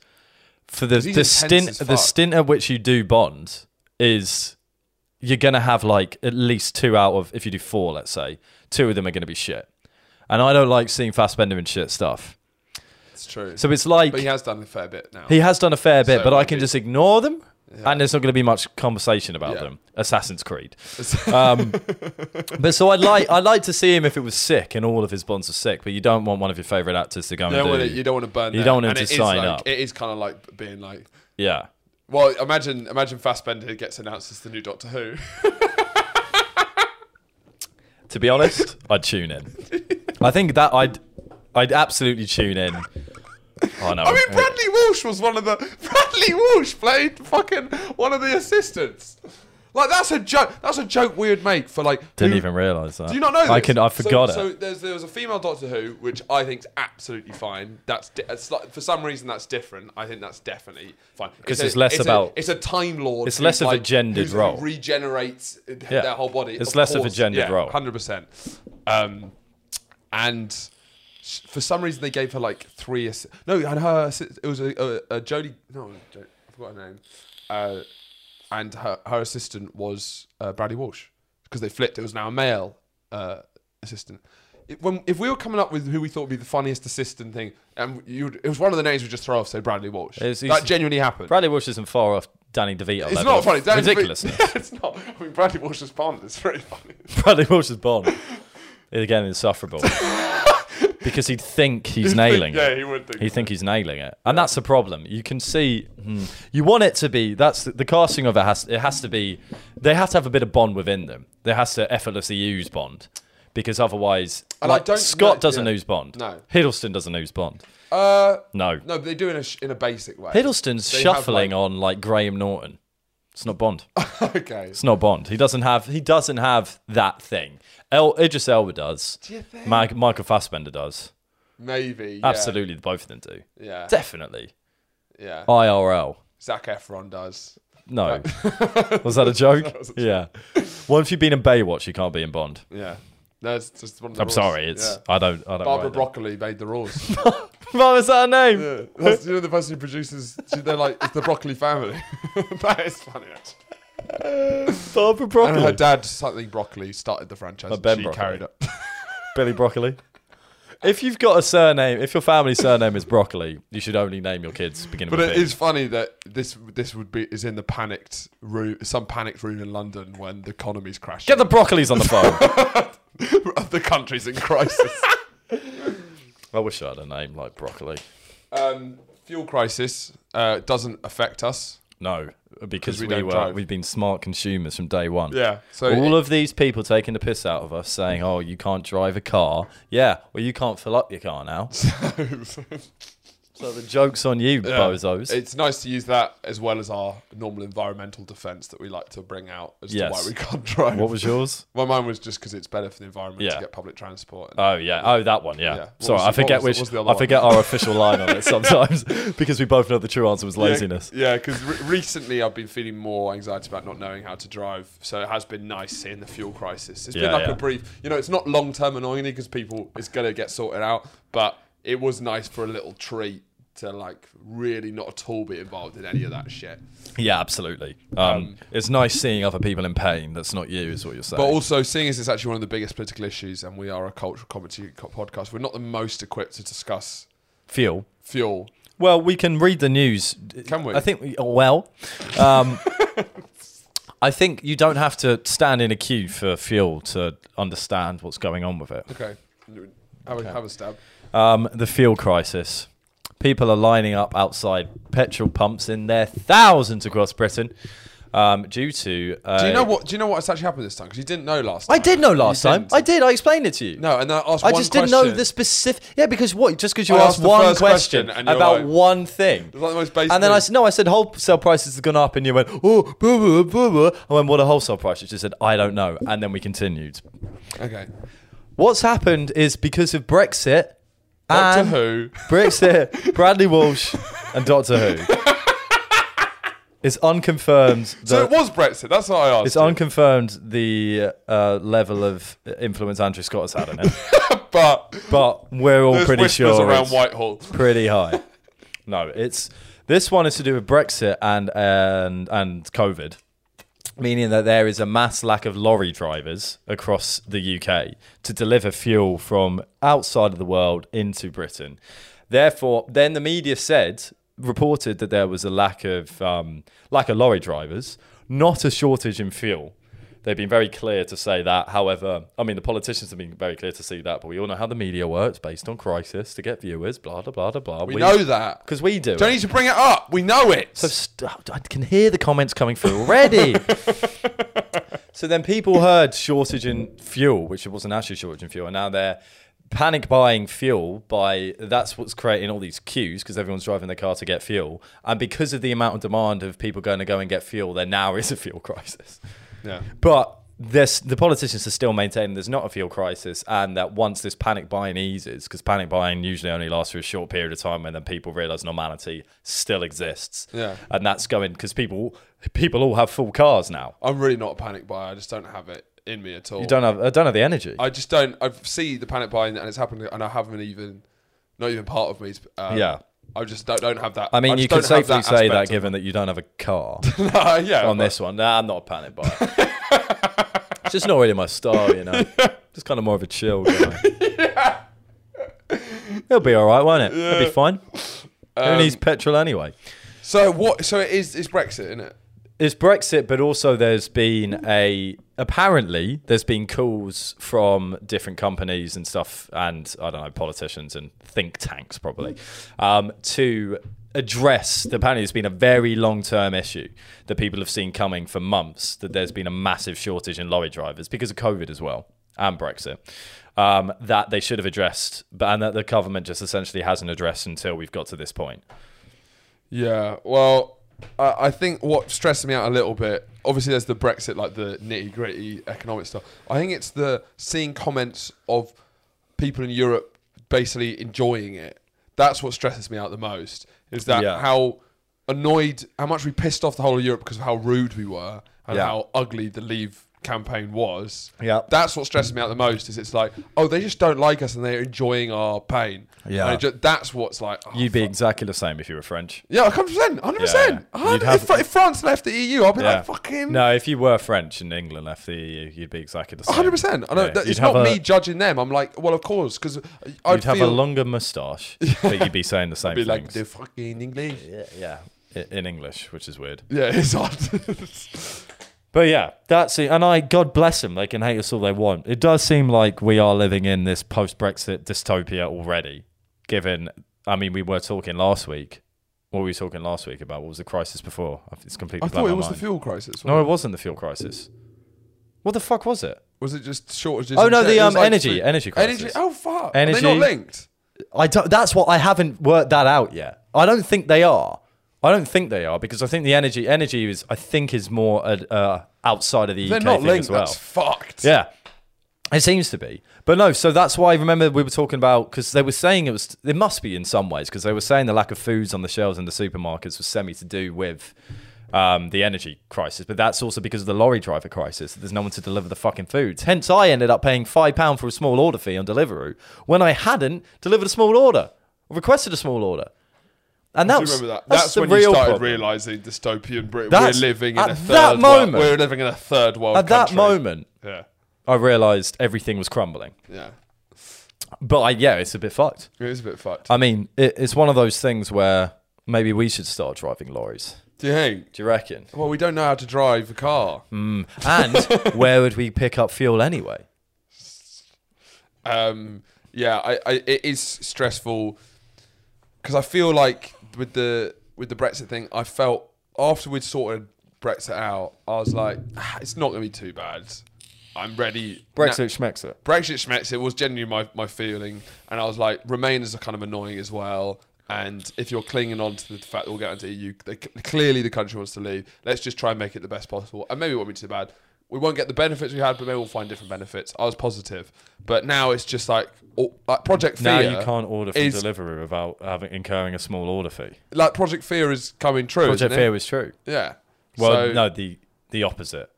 B: for the
A: he's
B: the
A: intense as
B: stint
A: fuck.
B: the stint at which you do Bond is you're gonna have like at least two out of if you do four, let's say two of them are gonna be shit, and I don't like seeing Fassbender in shit stuff.
A: It's true.
B: So it's like
A: but he has done a fair bit now.
B: he has done a fair bit,
A: So
B: but I
A: maybe-
B: can just ignore them, and there's not going to be much conversation about
A: Yeah.
B: them. Assassin's Creed. Um, but so I'd like I'd like to see him if it was sick and all of his bonds are sick. But you don't want one of your favorite actors to go
A: you, don't
B: and
A: want
B: do.
A: to, you don't want to burn.
B: You
A: that.
B: don't want him
A: And
B: to
A: it is
B: sign
A: like-
B: up.
A: It is kind of like being like.
B: yeah.
A: Well, imagine imagine Fassbender gets announced as the new Doctor Who.
B: To be honest, I'd tune in. I think that I'd I'd absolutely tune in. Oh no.
A: I mean, Bradley Walsh was one of the. Bradley Walsh played fucking one of the assistants. Like that's a joke. That's a joke we would make for like.
B: didn't
A: who-
B: even realize that.
A: Do you not know? This?
B: I can. I
A: So-
B: forgot
A: So
B: it.
A: there's there was a female Doctor Who, which I think's absolutely fine. That's di- it's like, for some reason that's different. I think that's definitely fine
B: 'Cause
A: a-
B: it's less
A: a-
B: about-
A: it's a time lord.
B: it's
A: who,
B: less of a
A: like,
B: gendered
A: who
B: role.
A: Regenerates th-
B: Yeah.
A: their whole body.
B: It's less of a gendered role.
A: Hundred percent. Um, and sh- for some reason they gave her like three. Assi- no, and her assi- it was a, a, a Jodie. No, Jo- I forgot her name. Uh, and her her assistant was uh, Bradley Walsh because they flipped. It was now a male uh, assistant. It, when if we were coming up with who we thought would be the funniest assistant thing, and you it was one of the names we just throw off. Say Bradley Walsh.
B: It's-
A: that
B: it's-
A: genuinely happened.
B: Bradley Walsh isn't far off Danny DeVito.
A: it's
B: level
A: not
B: of
A: funny. Danny DeVito-
B: Ridiculousness.
A: Yeah, it's not. I mean, Bradley Walsh's Bond is very funny.
B: Bradley Walsh's Bond. Again, insufferable. because he'd think he's nailing
A: yeah,
B: it.
A: he would think.
B: He'd think he's nailing it. And that's the problem. You can see, hmm, you want it to be, that's the, the casting of it has, it has to be, they have to have a bit of Bond within them. They has to effortlessly use Bond. Because otherwise,
A: And I
B: like,
A: don't
B: Scott
A: know-
B: doesn't
A: yeah.
B: use Bond.
A: No.
B: Hiddleston doesn't use Bond.
A: Uh,
B: No.
A: no, but they do in a sh- in a basic way.
B: Hiddleston's
A: They have,
B: shuffling on like Graham Norton. It's not Bond.
A: okay.
B: It's not Bond. He doesn't have he doesn't have that thing. El, Idris Elba does.
A: Do you think?
B: Mi- Michael Fassbender does.
A: Maybe. yeah,
B: Absolutely, both of them do.
A: Yeah.
B: Definitely.
A: Yeah.
B: Oh. IRL.
A: Zac Efron does.
B: No. Was that a joke? yeah. Well, if you've been in Baywatch, you can't be in Bond.
A: Yeah. No, it's just one of the
B: I'm
A: rules.
B: sorry. It's
A: Yeah.
B: I don't. I
A: Barbara
B: don't. Barbara
A: Broccoli made the rules.
B: What was that her name?
A: Yeah, that's, you know the person who produces. They're like it's the Broccoli family. that is funny. Actually.
B: Barbara
A: And her
B: Broccoli.
A: dad, something Broccoli, started the franchise.
B: Oh,
A: and
B: Ben
A: she
B: Broccoli.
A: carried it.
B: Billy Broccoli. If you've got a surname, if your family surname is Broccoli, you should only name your kids beginning
A: But
B: with
A: it
B: B.
A: is funny that this this would be is in the panicked room, some panicked room in London when the economy's crashing.
B: Get the Broccoli's on the phone.
A: the, country's in crisis.
B: I wish I had a name like Broccoli.
A: um, fuel crisis uh, doesn't affect us.
B: No, because
A: we
B: we,
A: don't
B: were
A: drive.
B: we've been smart consumers from day one.
A: Yeah. So
B: All of these people taking the piss out of us, saying, "Oh, you can't drive a car." Yeah, well, you can't fill up your car now. So the joke's on you,
A: Yeah.
B: bozos.
A: It's nice to use that as well as our normal environmental defense that we like to bring out as
B: Yes.
A: to why we can't drive.
B: what was yours?
A: My mind was just because it's better for the environment
B: Yeah.
A: to get public transport. And
B: Oh yeah. Oh that one. Yeah.
A: Yeah. What
B: Sorry,
A: was-
B: I forget
A: what was- what was
B: which.
A: the other
B: I
A: one?
B: forget our official line on it sometimes because we both know the true answer was laziness.
A: Yeah, because re- recently I've been feeling more anxiety about not knowing how to drive. So it has been nice seeing the fuel crisis. It's been
B: Yeah,
A: like
B: yeah.
A: a brief, you know, it's not long term annoyingly because people, it's going to get sorted out. But it was nice for a little treat to like really not at all be involved in any of that shit.
B: Yeah, absolutely. Um, it's nice seeing other people in pain. That's not you, is what you're saying.
A: But also, seeing as it's actually one of the biggest political issues and we are a cultural commentary co- podcast, we're not the most equipped to discuss
B: Fuel.
A: fuel.
B: Well, we can read the news.
A: Can we?
B: I think. We, oh, well, um, I think you don't have to stand in a queue for fuel to understand what's going on with it.
A: Okay. Have, A, have a stab.
B: Um, the fuel crisis. People are lining up outside petrol pumps in their thousands across Britain um, due to. Uh,
A: Do you know what? Do you know what's actually happened this time? Because you didn't know last time.
B: I did know last
A: You
B: time.
A: didn't.
B: I did. I explained it to you.
A: No, and then I asked
B: I
A: one
B: just didn't know
A: question.
B: the specific. Yeah, because what? Just because you
A: I
B: asked,
A: asked the
B: one
A: first
B: question,
A: question and you're
B: about
A: like-
B: one thing.
A: It's like the most basic
B: And then I
A: thing.
B: said, no, I said wholesale prices have gone up, and you went, oh, boo, boo, boo, boo. I went, what are wholesale prices? You said, I don't know. And then we continued.
A: Okay.
B: What's happened is because of Brexit
A: Doctor
B: and
A: Who.
B: Brexit, Bradley Walsh, and Doctor Who. it's unconfirmed. That
A: So it was Brexit. That's what I asked.
B: it's unconfirmed the uh, level of influence Andrew Scott has had on it,
A: but
B: but we're all
A: there's
B: pretty
A: whispers
B: sure
A: around
B: it's
A: Whitehall.
B: pretty high. no, it's this one is to do with Brexit and and and COVID, meaning that there is a mass lack of lorry drivers across the UK to deliver fuel from outside of the world into Britain. Therefore, then the media said reported that there was a lack of um, lack of lorry drivers, not a shortage in fuel. They've been very clear to say that. However, I mean, the politicians have been very clear to see that, but we all know how the media works based on crisis to get viewers, blah, blah, blah, blah, blah.
A: We know that.
B: Because we do.
A: Don't
B: it.
A: need to bring it up. We know it.
B: So st- I can hear the comments coming through already. so then people heard shortage in fuel, which it wasn't actually shortage in fuel, and now they're panic buying fuel by that's what's creating all these queues because everyone's driving their car to get fuel and because of the amount of demand of people going to go and get fuel there now is a fuel crisis
A: yeah.
B: but this, the politicians are still maintaining there's not a fuel crisis, and that once this panic buying eases, because panic buying usually only lasts for a short period of time, and then people realise normality still exists.
A: Yeah.
B: and that's going because people people all have full cars now.
A: I'm really not a panic buyer. I just don't have it in me at all.
B: You don't have I don't have the energy.
A: I just don't. I see the panic buying and it's happened, and I haven't even, not even part of me. Uh,
B: Yeah.
A: I just don't, don't have that.
B: I mean,
A: just
B: you can
A: don't have
B: safely say that
A: aspect
B: given that you don't have a car
A: of- Nah, yeah.
B: on
A: but-
B: this one. Nah, I'm not a panic buyer. it's just not really my style, you know. Just kind of more of a chill guy. It'll be all right, won't it? It'll be fine.
A: Um,
B: Who needs petrol anyway?
A: So what? So it is. It's Brexit, isn't it?
B: there's Brexit, but also there's been a apparently there's been calls from different companies and stuff, and I don't know politicians and think tanks probably um, to address. Apparently, it's been a very long term issue that people have seen coming for months. That there's been a massive shortage in lorry drivers because of COVID as well and Brexit. Um, that they should have addressed, but and that the government just essentially hasn't addressed until we've got to this point.
A: Yeah. Well, I, I think what stressed me out a little bit, obviously, there's the Brexit, like the nitty gritty economic stuff. I think it's the seeing comments of people in Europe basically enjoying it. That's what stresses me out the most. Is that
B: Yeah.
A: how annoyed, how much we pissed off the whole of Europe because of how rude we were and
B: Yeah.
A: how ugly the Leave campaign was.
B: Yeah.
A: That's what stresses me out the most. Is it's like, oh, they just don't like us and they're enjoying our pain.
B: Yeah.
A: And it ju- that's what's like. oh,
B: You'd be exactly the same if you were French.
A: yeah, hundred percent, hundred percent.
B: Yeah, yeah. You'd have-
A: If if France left the EU, I'd be
B: Yeah.
A: like fucking
B: No, if you were French and England left the EU, you'd be exactly the same.
A: hundred percent. I know
B: Yeah,
A: that,
B: you'd
A: it's
B: have
A: not
B: a-
A: me judging them. I'm like, well, of course, because I'd
B: You'd have
A: feel
B: a longer moustache, but you'd be saying the same
A: be like
B: things.
A: the fucking English.
B: yeah, yeah, i- in English, which is weird.
A: Yeah, it's odd.
B: But yeah, that's it. And I, God bless them, they can hate us all they want. It does seem like we are living in this post-Brexit dystopia already. Given, I mean, we were talking last week. What were we talking last week about? What was the crisis before? It's completely.
A: I
B: blown
A: thought it
B: my
A: was the
B: mind.
A: fuel crisis.
B: No, it wasn't the fuel crisis. What the fuck was it?
A: Was it just shortages?
B: Oh,
A: in
B: no,
A: gen-
B: the,
A: it was
B: um, energy-
A: food-
B: energy crisis.
A: Energy. Oh fuck. Are
B: Energy-
A: they not linked?
B: I don't, that's what I haven't worked that out yet. I don't think they are. I don't think they are because I think the energy energy is I think is more uh, uh, outside of the
A: They're
B: UK
A: not
B: thing
A: linked.
B: as well.
A: That's fucked.
B: Yeah. It seems to be. But no, so that's why I remember we were talking about because they were saying it was, it must be in some ways, because they were saying the lack of foods on the shelves in the supermarkets was semi to do with um, the energy crisis. But that's also because of the lorry driver crisis. There's no one to deliver the fucking foods. Hence, I ended up paying £5 for a small order fee on Deliveroo when I hadn't delivered a small order or requested a small order. And
A: I
B: that
A: do
B: was,
A: remember that.
B: That's,
A: That's,
B: the
A: when
B: real
A: you started
B: problem.
A: realizing dystopian Britain.
B: That's-
A: we're living in
B: at
A: a third
B: that moment-
A: World, we're living in a third world.
B: At that
A: country.
B: moment,
A: yeah,
B: I realised everything was crumbling.
A: yeah,
B: But I, yeah, it's a bit fucked.
A: it was a bit fucked.
B: I mean, it, it's one of those things where maybe we should start driving lorries.
A: do you think?
B: Do you reckon?
A: Well, we don't know how to drive a car.
B: And where would we pick up fuel anyway?
A: Um, yeah, I, I, it is stressful because I feel like with the with the Brexit thing, I felt after we'd sorted Brexit out, I was like, "Ah, it's not going to be too bad. I'm ready.
B: Brexit schmecks it.
A: Brexit schmecks it was genuinely my, my feeling and I was like Remain is kind of annoying as well and if you're clinging on to the fact that we'll get into EU they, clearly the country wants to leave let's just try and make it the best possible and maybe it won't be too bad we won't get the benefits we had but maybe we'll find different benefits I was positive but now it's just like, all, like Project Fear
B: Now you can't order from
A: is-
B: Deliveroo without having incurring a small order fee.
A: like Project Fear is coming true isn't
B: Project
A: it?
B: Fear was true.
A: yeah
B: Well,
A: So-
B: no, the the opposite.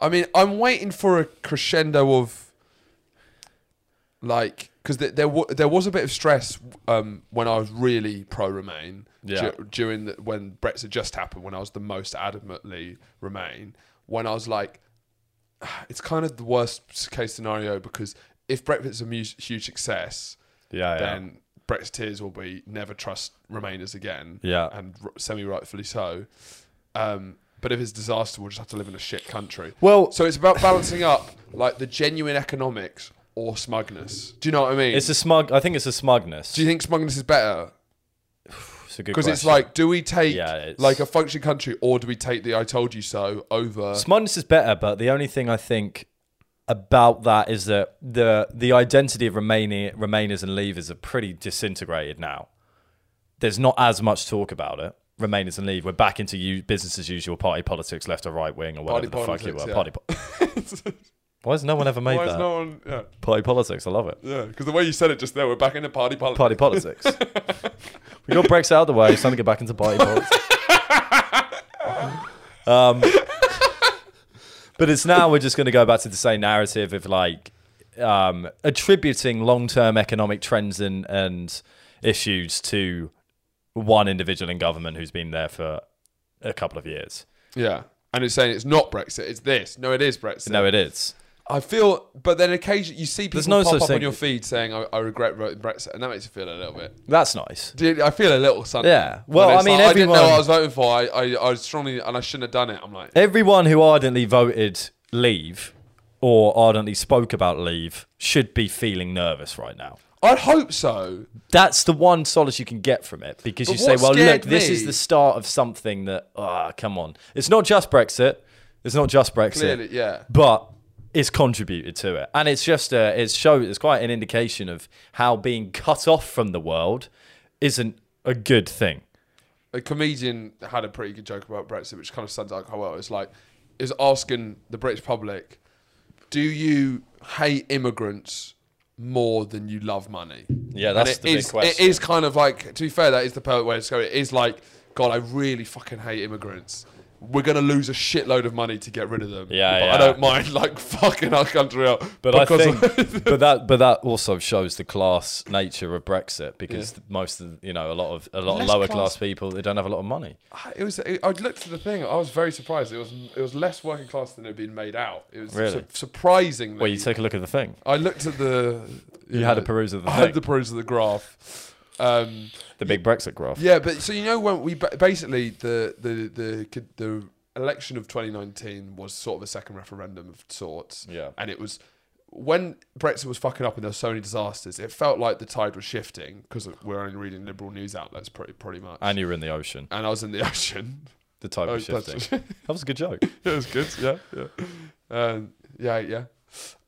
A: I mean, I'm waiting for a crescendo of like because there there, wa there was a bit of stress um, when I was really pro Remain
B: Yeah.
A: du- during the, when Brexit just happened when I was the most adamantly Remain when I was like it's kind of the worst case scenario because if Brexit's a mu- huge success
B: Yeah, yeah.
A: then Brexiteers will be never trust Remainers again
B: Yeah.
A: and r- semi rightfully so um, but if it's disaster we'll just have to live in a shit country
B: Well-
A: so it's about balancing up like the genuine economics or smugness. Do you know what I mean?
B: It's a smug. I think it's a smugness.
A: Do you think smugness is better?
B: it's a good
A: Because it's
B: question.
A: like, do we take
B: Yeah, it's-
A: like a functioning country or do we take the I told you so over?
B: Smugness is better, but the only thing I think about that is that the the identity of Remaini- Remainers and Leavers are pretty disintegrated now. There's not as much talk about it. Remainers and Leave, we're back into u- business as usual, party politics, left or right wing, or whatever
A: Party
B: the fuck you
A: politics,
B: were.
A: yeah.
B: Party po- Why has no one ever made
A: Why is
B: that?
A: no one? Yeah,
B: Party politics, I love it.
A: yeah. Because the way you said it just there, we're back into party politics.
B: Party politics. we got Brexit out of the way, it's time to get back into party politics. um, but it's now we're just going to go back to the same narrative of like um, attributing long term economic trends and, and issues to one individual in government who's been there for a couple of years.
A: Yeah, and it's saying it's not Brexit. It's this. No, it is Brexit.
B: No, it is.
A: I feel, but then occasionally you see people
B: no
A: pop
B: such
A: up
B: thing.
A: on your feed saying, "I, I regret voting Brexit," and that makes you feel a little bit.
B: That's nice.
A: Dude, I feel a little something.
B: Yeah. Well,
A: When
B: I
A: it's
B: mean,
A: like, I didn't know
B: everyone-
A: what I was voting for. I, I, I was strongly, and I shouldn't have done it. I'm like,
B: Everyone who ardently voted leave or ardently spoke about leave should be feeling nervous right now.
A: I hope so.
B: that's the one solace you can get from it because
A: But
B: you say,
A: what
B: well, look,
A: scared
B: this
A: me-
B: is the start of something that, ah, come on. It's not just Brexit. It's not just Brexit.
A: Clearly, yeah.
B: But it's contributed to it. And it's just, uh, it's show, it's quite an indication of how being cut off from the world isn't a good thing.
A: A comedian had a pretty good joke about Brexit, which kind of sums out how well it's like, is asking the British public, do you hate immigrants more than you love money?
B: Yeah,
A: And
B: that's
A: it
B: the big
A: is- It
B: question.
A: is kind of like, to be fair, that is the perfect way to go. It is like, God, I really fucking hate immigrants. We're gonna lose a shitload of money to get rid of them.
B: Yeah,
A: but
B: yeah.
A: I don't mind like fucking our country up.
B: But I
A: because of-
B: think, but that, but that also shows the class nature of Brexit because most of, you know, a lot of, a lot of
A: Less
B: lower
A: class-
B: class people, they don't have a lot of money.
A: I- Ah, It was. It, I looked at the thing. I was very surprised. It was. It was less working class than it had been made out. It was
B: Really?
A: su- surprisingly.
B: Well, you take a look at the thing.
A: I looked at the.
B: You had a peruse of the
A: I
B: thing,
A: had the peruse of the graph. Um,
B: the big Brexit graph.
A: yeah, but so you know when we ba- basically the the the the, the election of 2019 was sort of a second referendum of sorts.
B: Yeah.
A: and it was. When Brexit was fucking up and there were so many disasters, it felt like the tide was shifting because we're only reading liberal news outlets pretty pretty much.
B: And you were in the ocean.
A: and I was in the ocean.
B: The type
A: Oh,
B: of
A: that's-
B: shifting. That was a good joke.
A: Yeah, it was good. Yeah, yeah, um, yeah, yeah, um,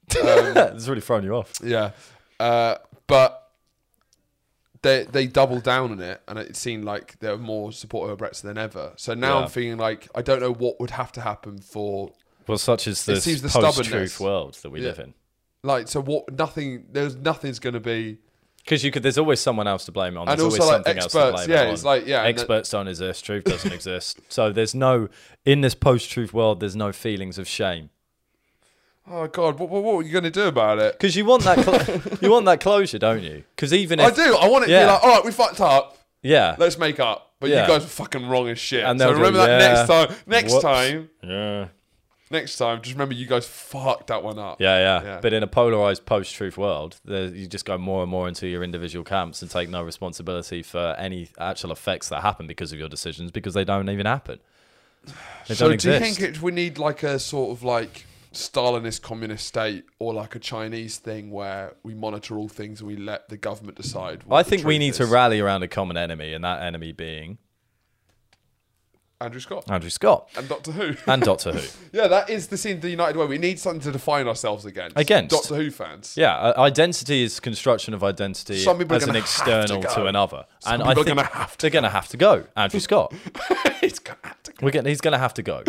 B: it's really thrown you off.
A: yeah. Uh, but they they doubled down on it, and it seemed like they were more supportive of Brexit than ever. So now
B: Yeah.
A: I'm feeling like I don't know what would have to happen for
B: Well, such is this
A: seems the
B: post-truth
A: stubbornness.
B: world that we
A: Yeah.
B: live in.
A: like so what nothing there's nothing's going to be
B: Because you could, there's always someone else to blame it on.
A: And
B: There's
A: also,
B: always
A: like,
B: something else to
A: experts,
B: blame it
A: yeah,
B: on.
A: it's like, yeah, and the-
B: experts don't exist. Truth doesn't exist. So there's no in this post-truth world. There's no feelings of shame
A: oh god what what, what are you going to do about it?
B: because you want that cl- you want that closure, don't you? Because even if
A: I do. I want it to
B: yeah.
A: be like all right, we fucked up.
B: yeah,
A: Let's make up. But
B: Yeah.
A: you guys are fucking wrong as shit.
B: And
A: so
B: they'll do,
A: remember that
B: yeah,
A: next time. Next
B: whoops.
A: time.
B: yeah,
A: Next time. Just remember you guys fucked that one up.
B: yeah, yeah,
A: Yeah.
B: But in a polarized post-truth world, there, you just go more and more into your individual camps and take no responsibility for any actual effects that happen because of your decisions because they don't even happen. They
A: So
B: don't
A: do you
B: exist.
A: think it, we need like a sort of like Stalinist communist state or like a Chinese thing where we monitor all things and we let the government decide? What
B: I
A: the
B: think we
A: truth
B: need to
A: is?
B: rally around a common enemy, and that enemy being
A: Andrew Scott
B: Andrew Scott
A: and Doctor Who.
B: and Doctor Who.
A: yeah, that is the scene of the United Way. We need something to define ourselves against.
B: Against.
A: Doctor Who fans.
B: Yeah, uh, identity is construction of identity
A: Some people are
B: as an
A: gonna have
B: external
A: to
B: to,
A: go.
B: another, and
A: people
B: I
A: are
B: think
A: gonna have to
B: they're going to have to go. Andrew Scott,
A: it's gonna have to
B: we're getting, he's going to have to go.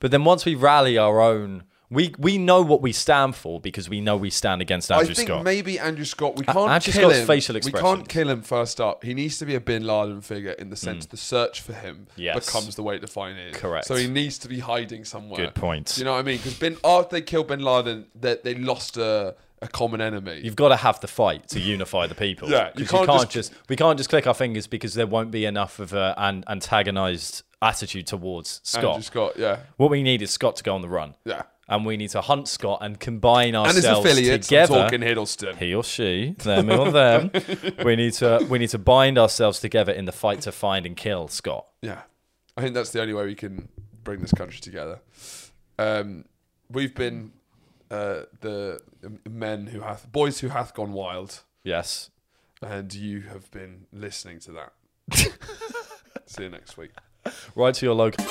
B: But then once we rally our own, we we know what we stand for because we know we stand against
A: I
B: Andrew
A: think
B: Scott.
A: maybe Andrew Scott. We can't
B: Uh, Andrew
A: kill
B: Scott's
A: him.
B: facial
A: We
B: expressions.
A: can't kill him first up. He needs to be a Bin Laden figure in the sense the search for him
B: Yes.
A: becomes the way to find it.
B: Mm. Correct.
A: So he needs to be hiding somewhere.
B: Good point.
A: Do you know what I mean? Because Bin after they killed Bin Laden, that they, lost a, a common enemy.
B: You've got to have the fight to unify the people.
A: Yeah, you
B: 'Cause you can't,
A: can't
B: just, we can't just click our fingers because there won't be enough of a, an antagonized attitude towards Scott.
A: Andrew Scott. Yeah.
B: What we need is Scott to go on the run.
A: Yeah.
B: And we need to hunt Scott and combine
A: And his
B: ourselves
A: affiliates. I'm
B: together.
A: talking Hiddleston.
B: He or she, them or them. We need to we need to bind ourselves together in the fight to find and kill Scott.
A: Yeah. I think that's the only way we can bring this country together. Um, we've been uh, the men who hath boys who hath gone wild.
B: Yes.
A: and you have been listening to that. See you next week.
B: Right to your local.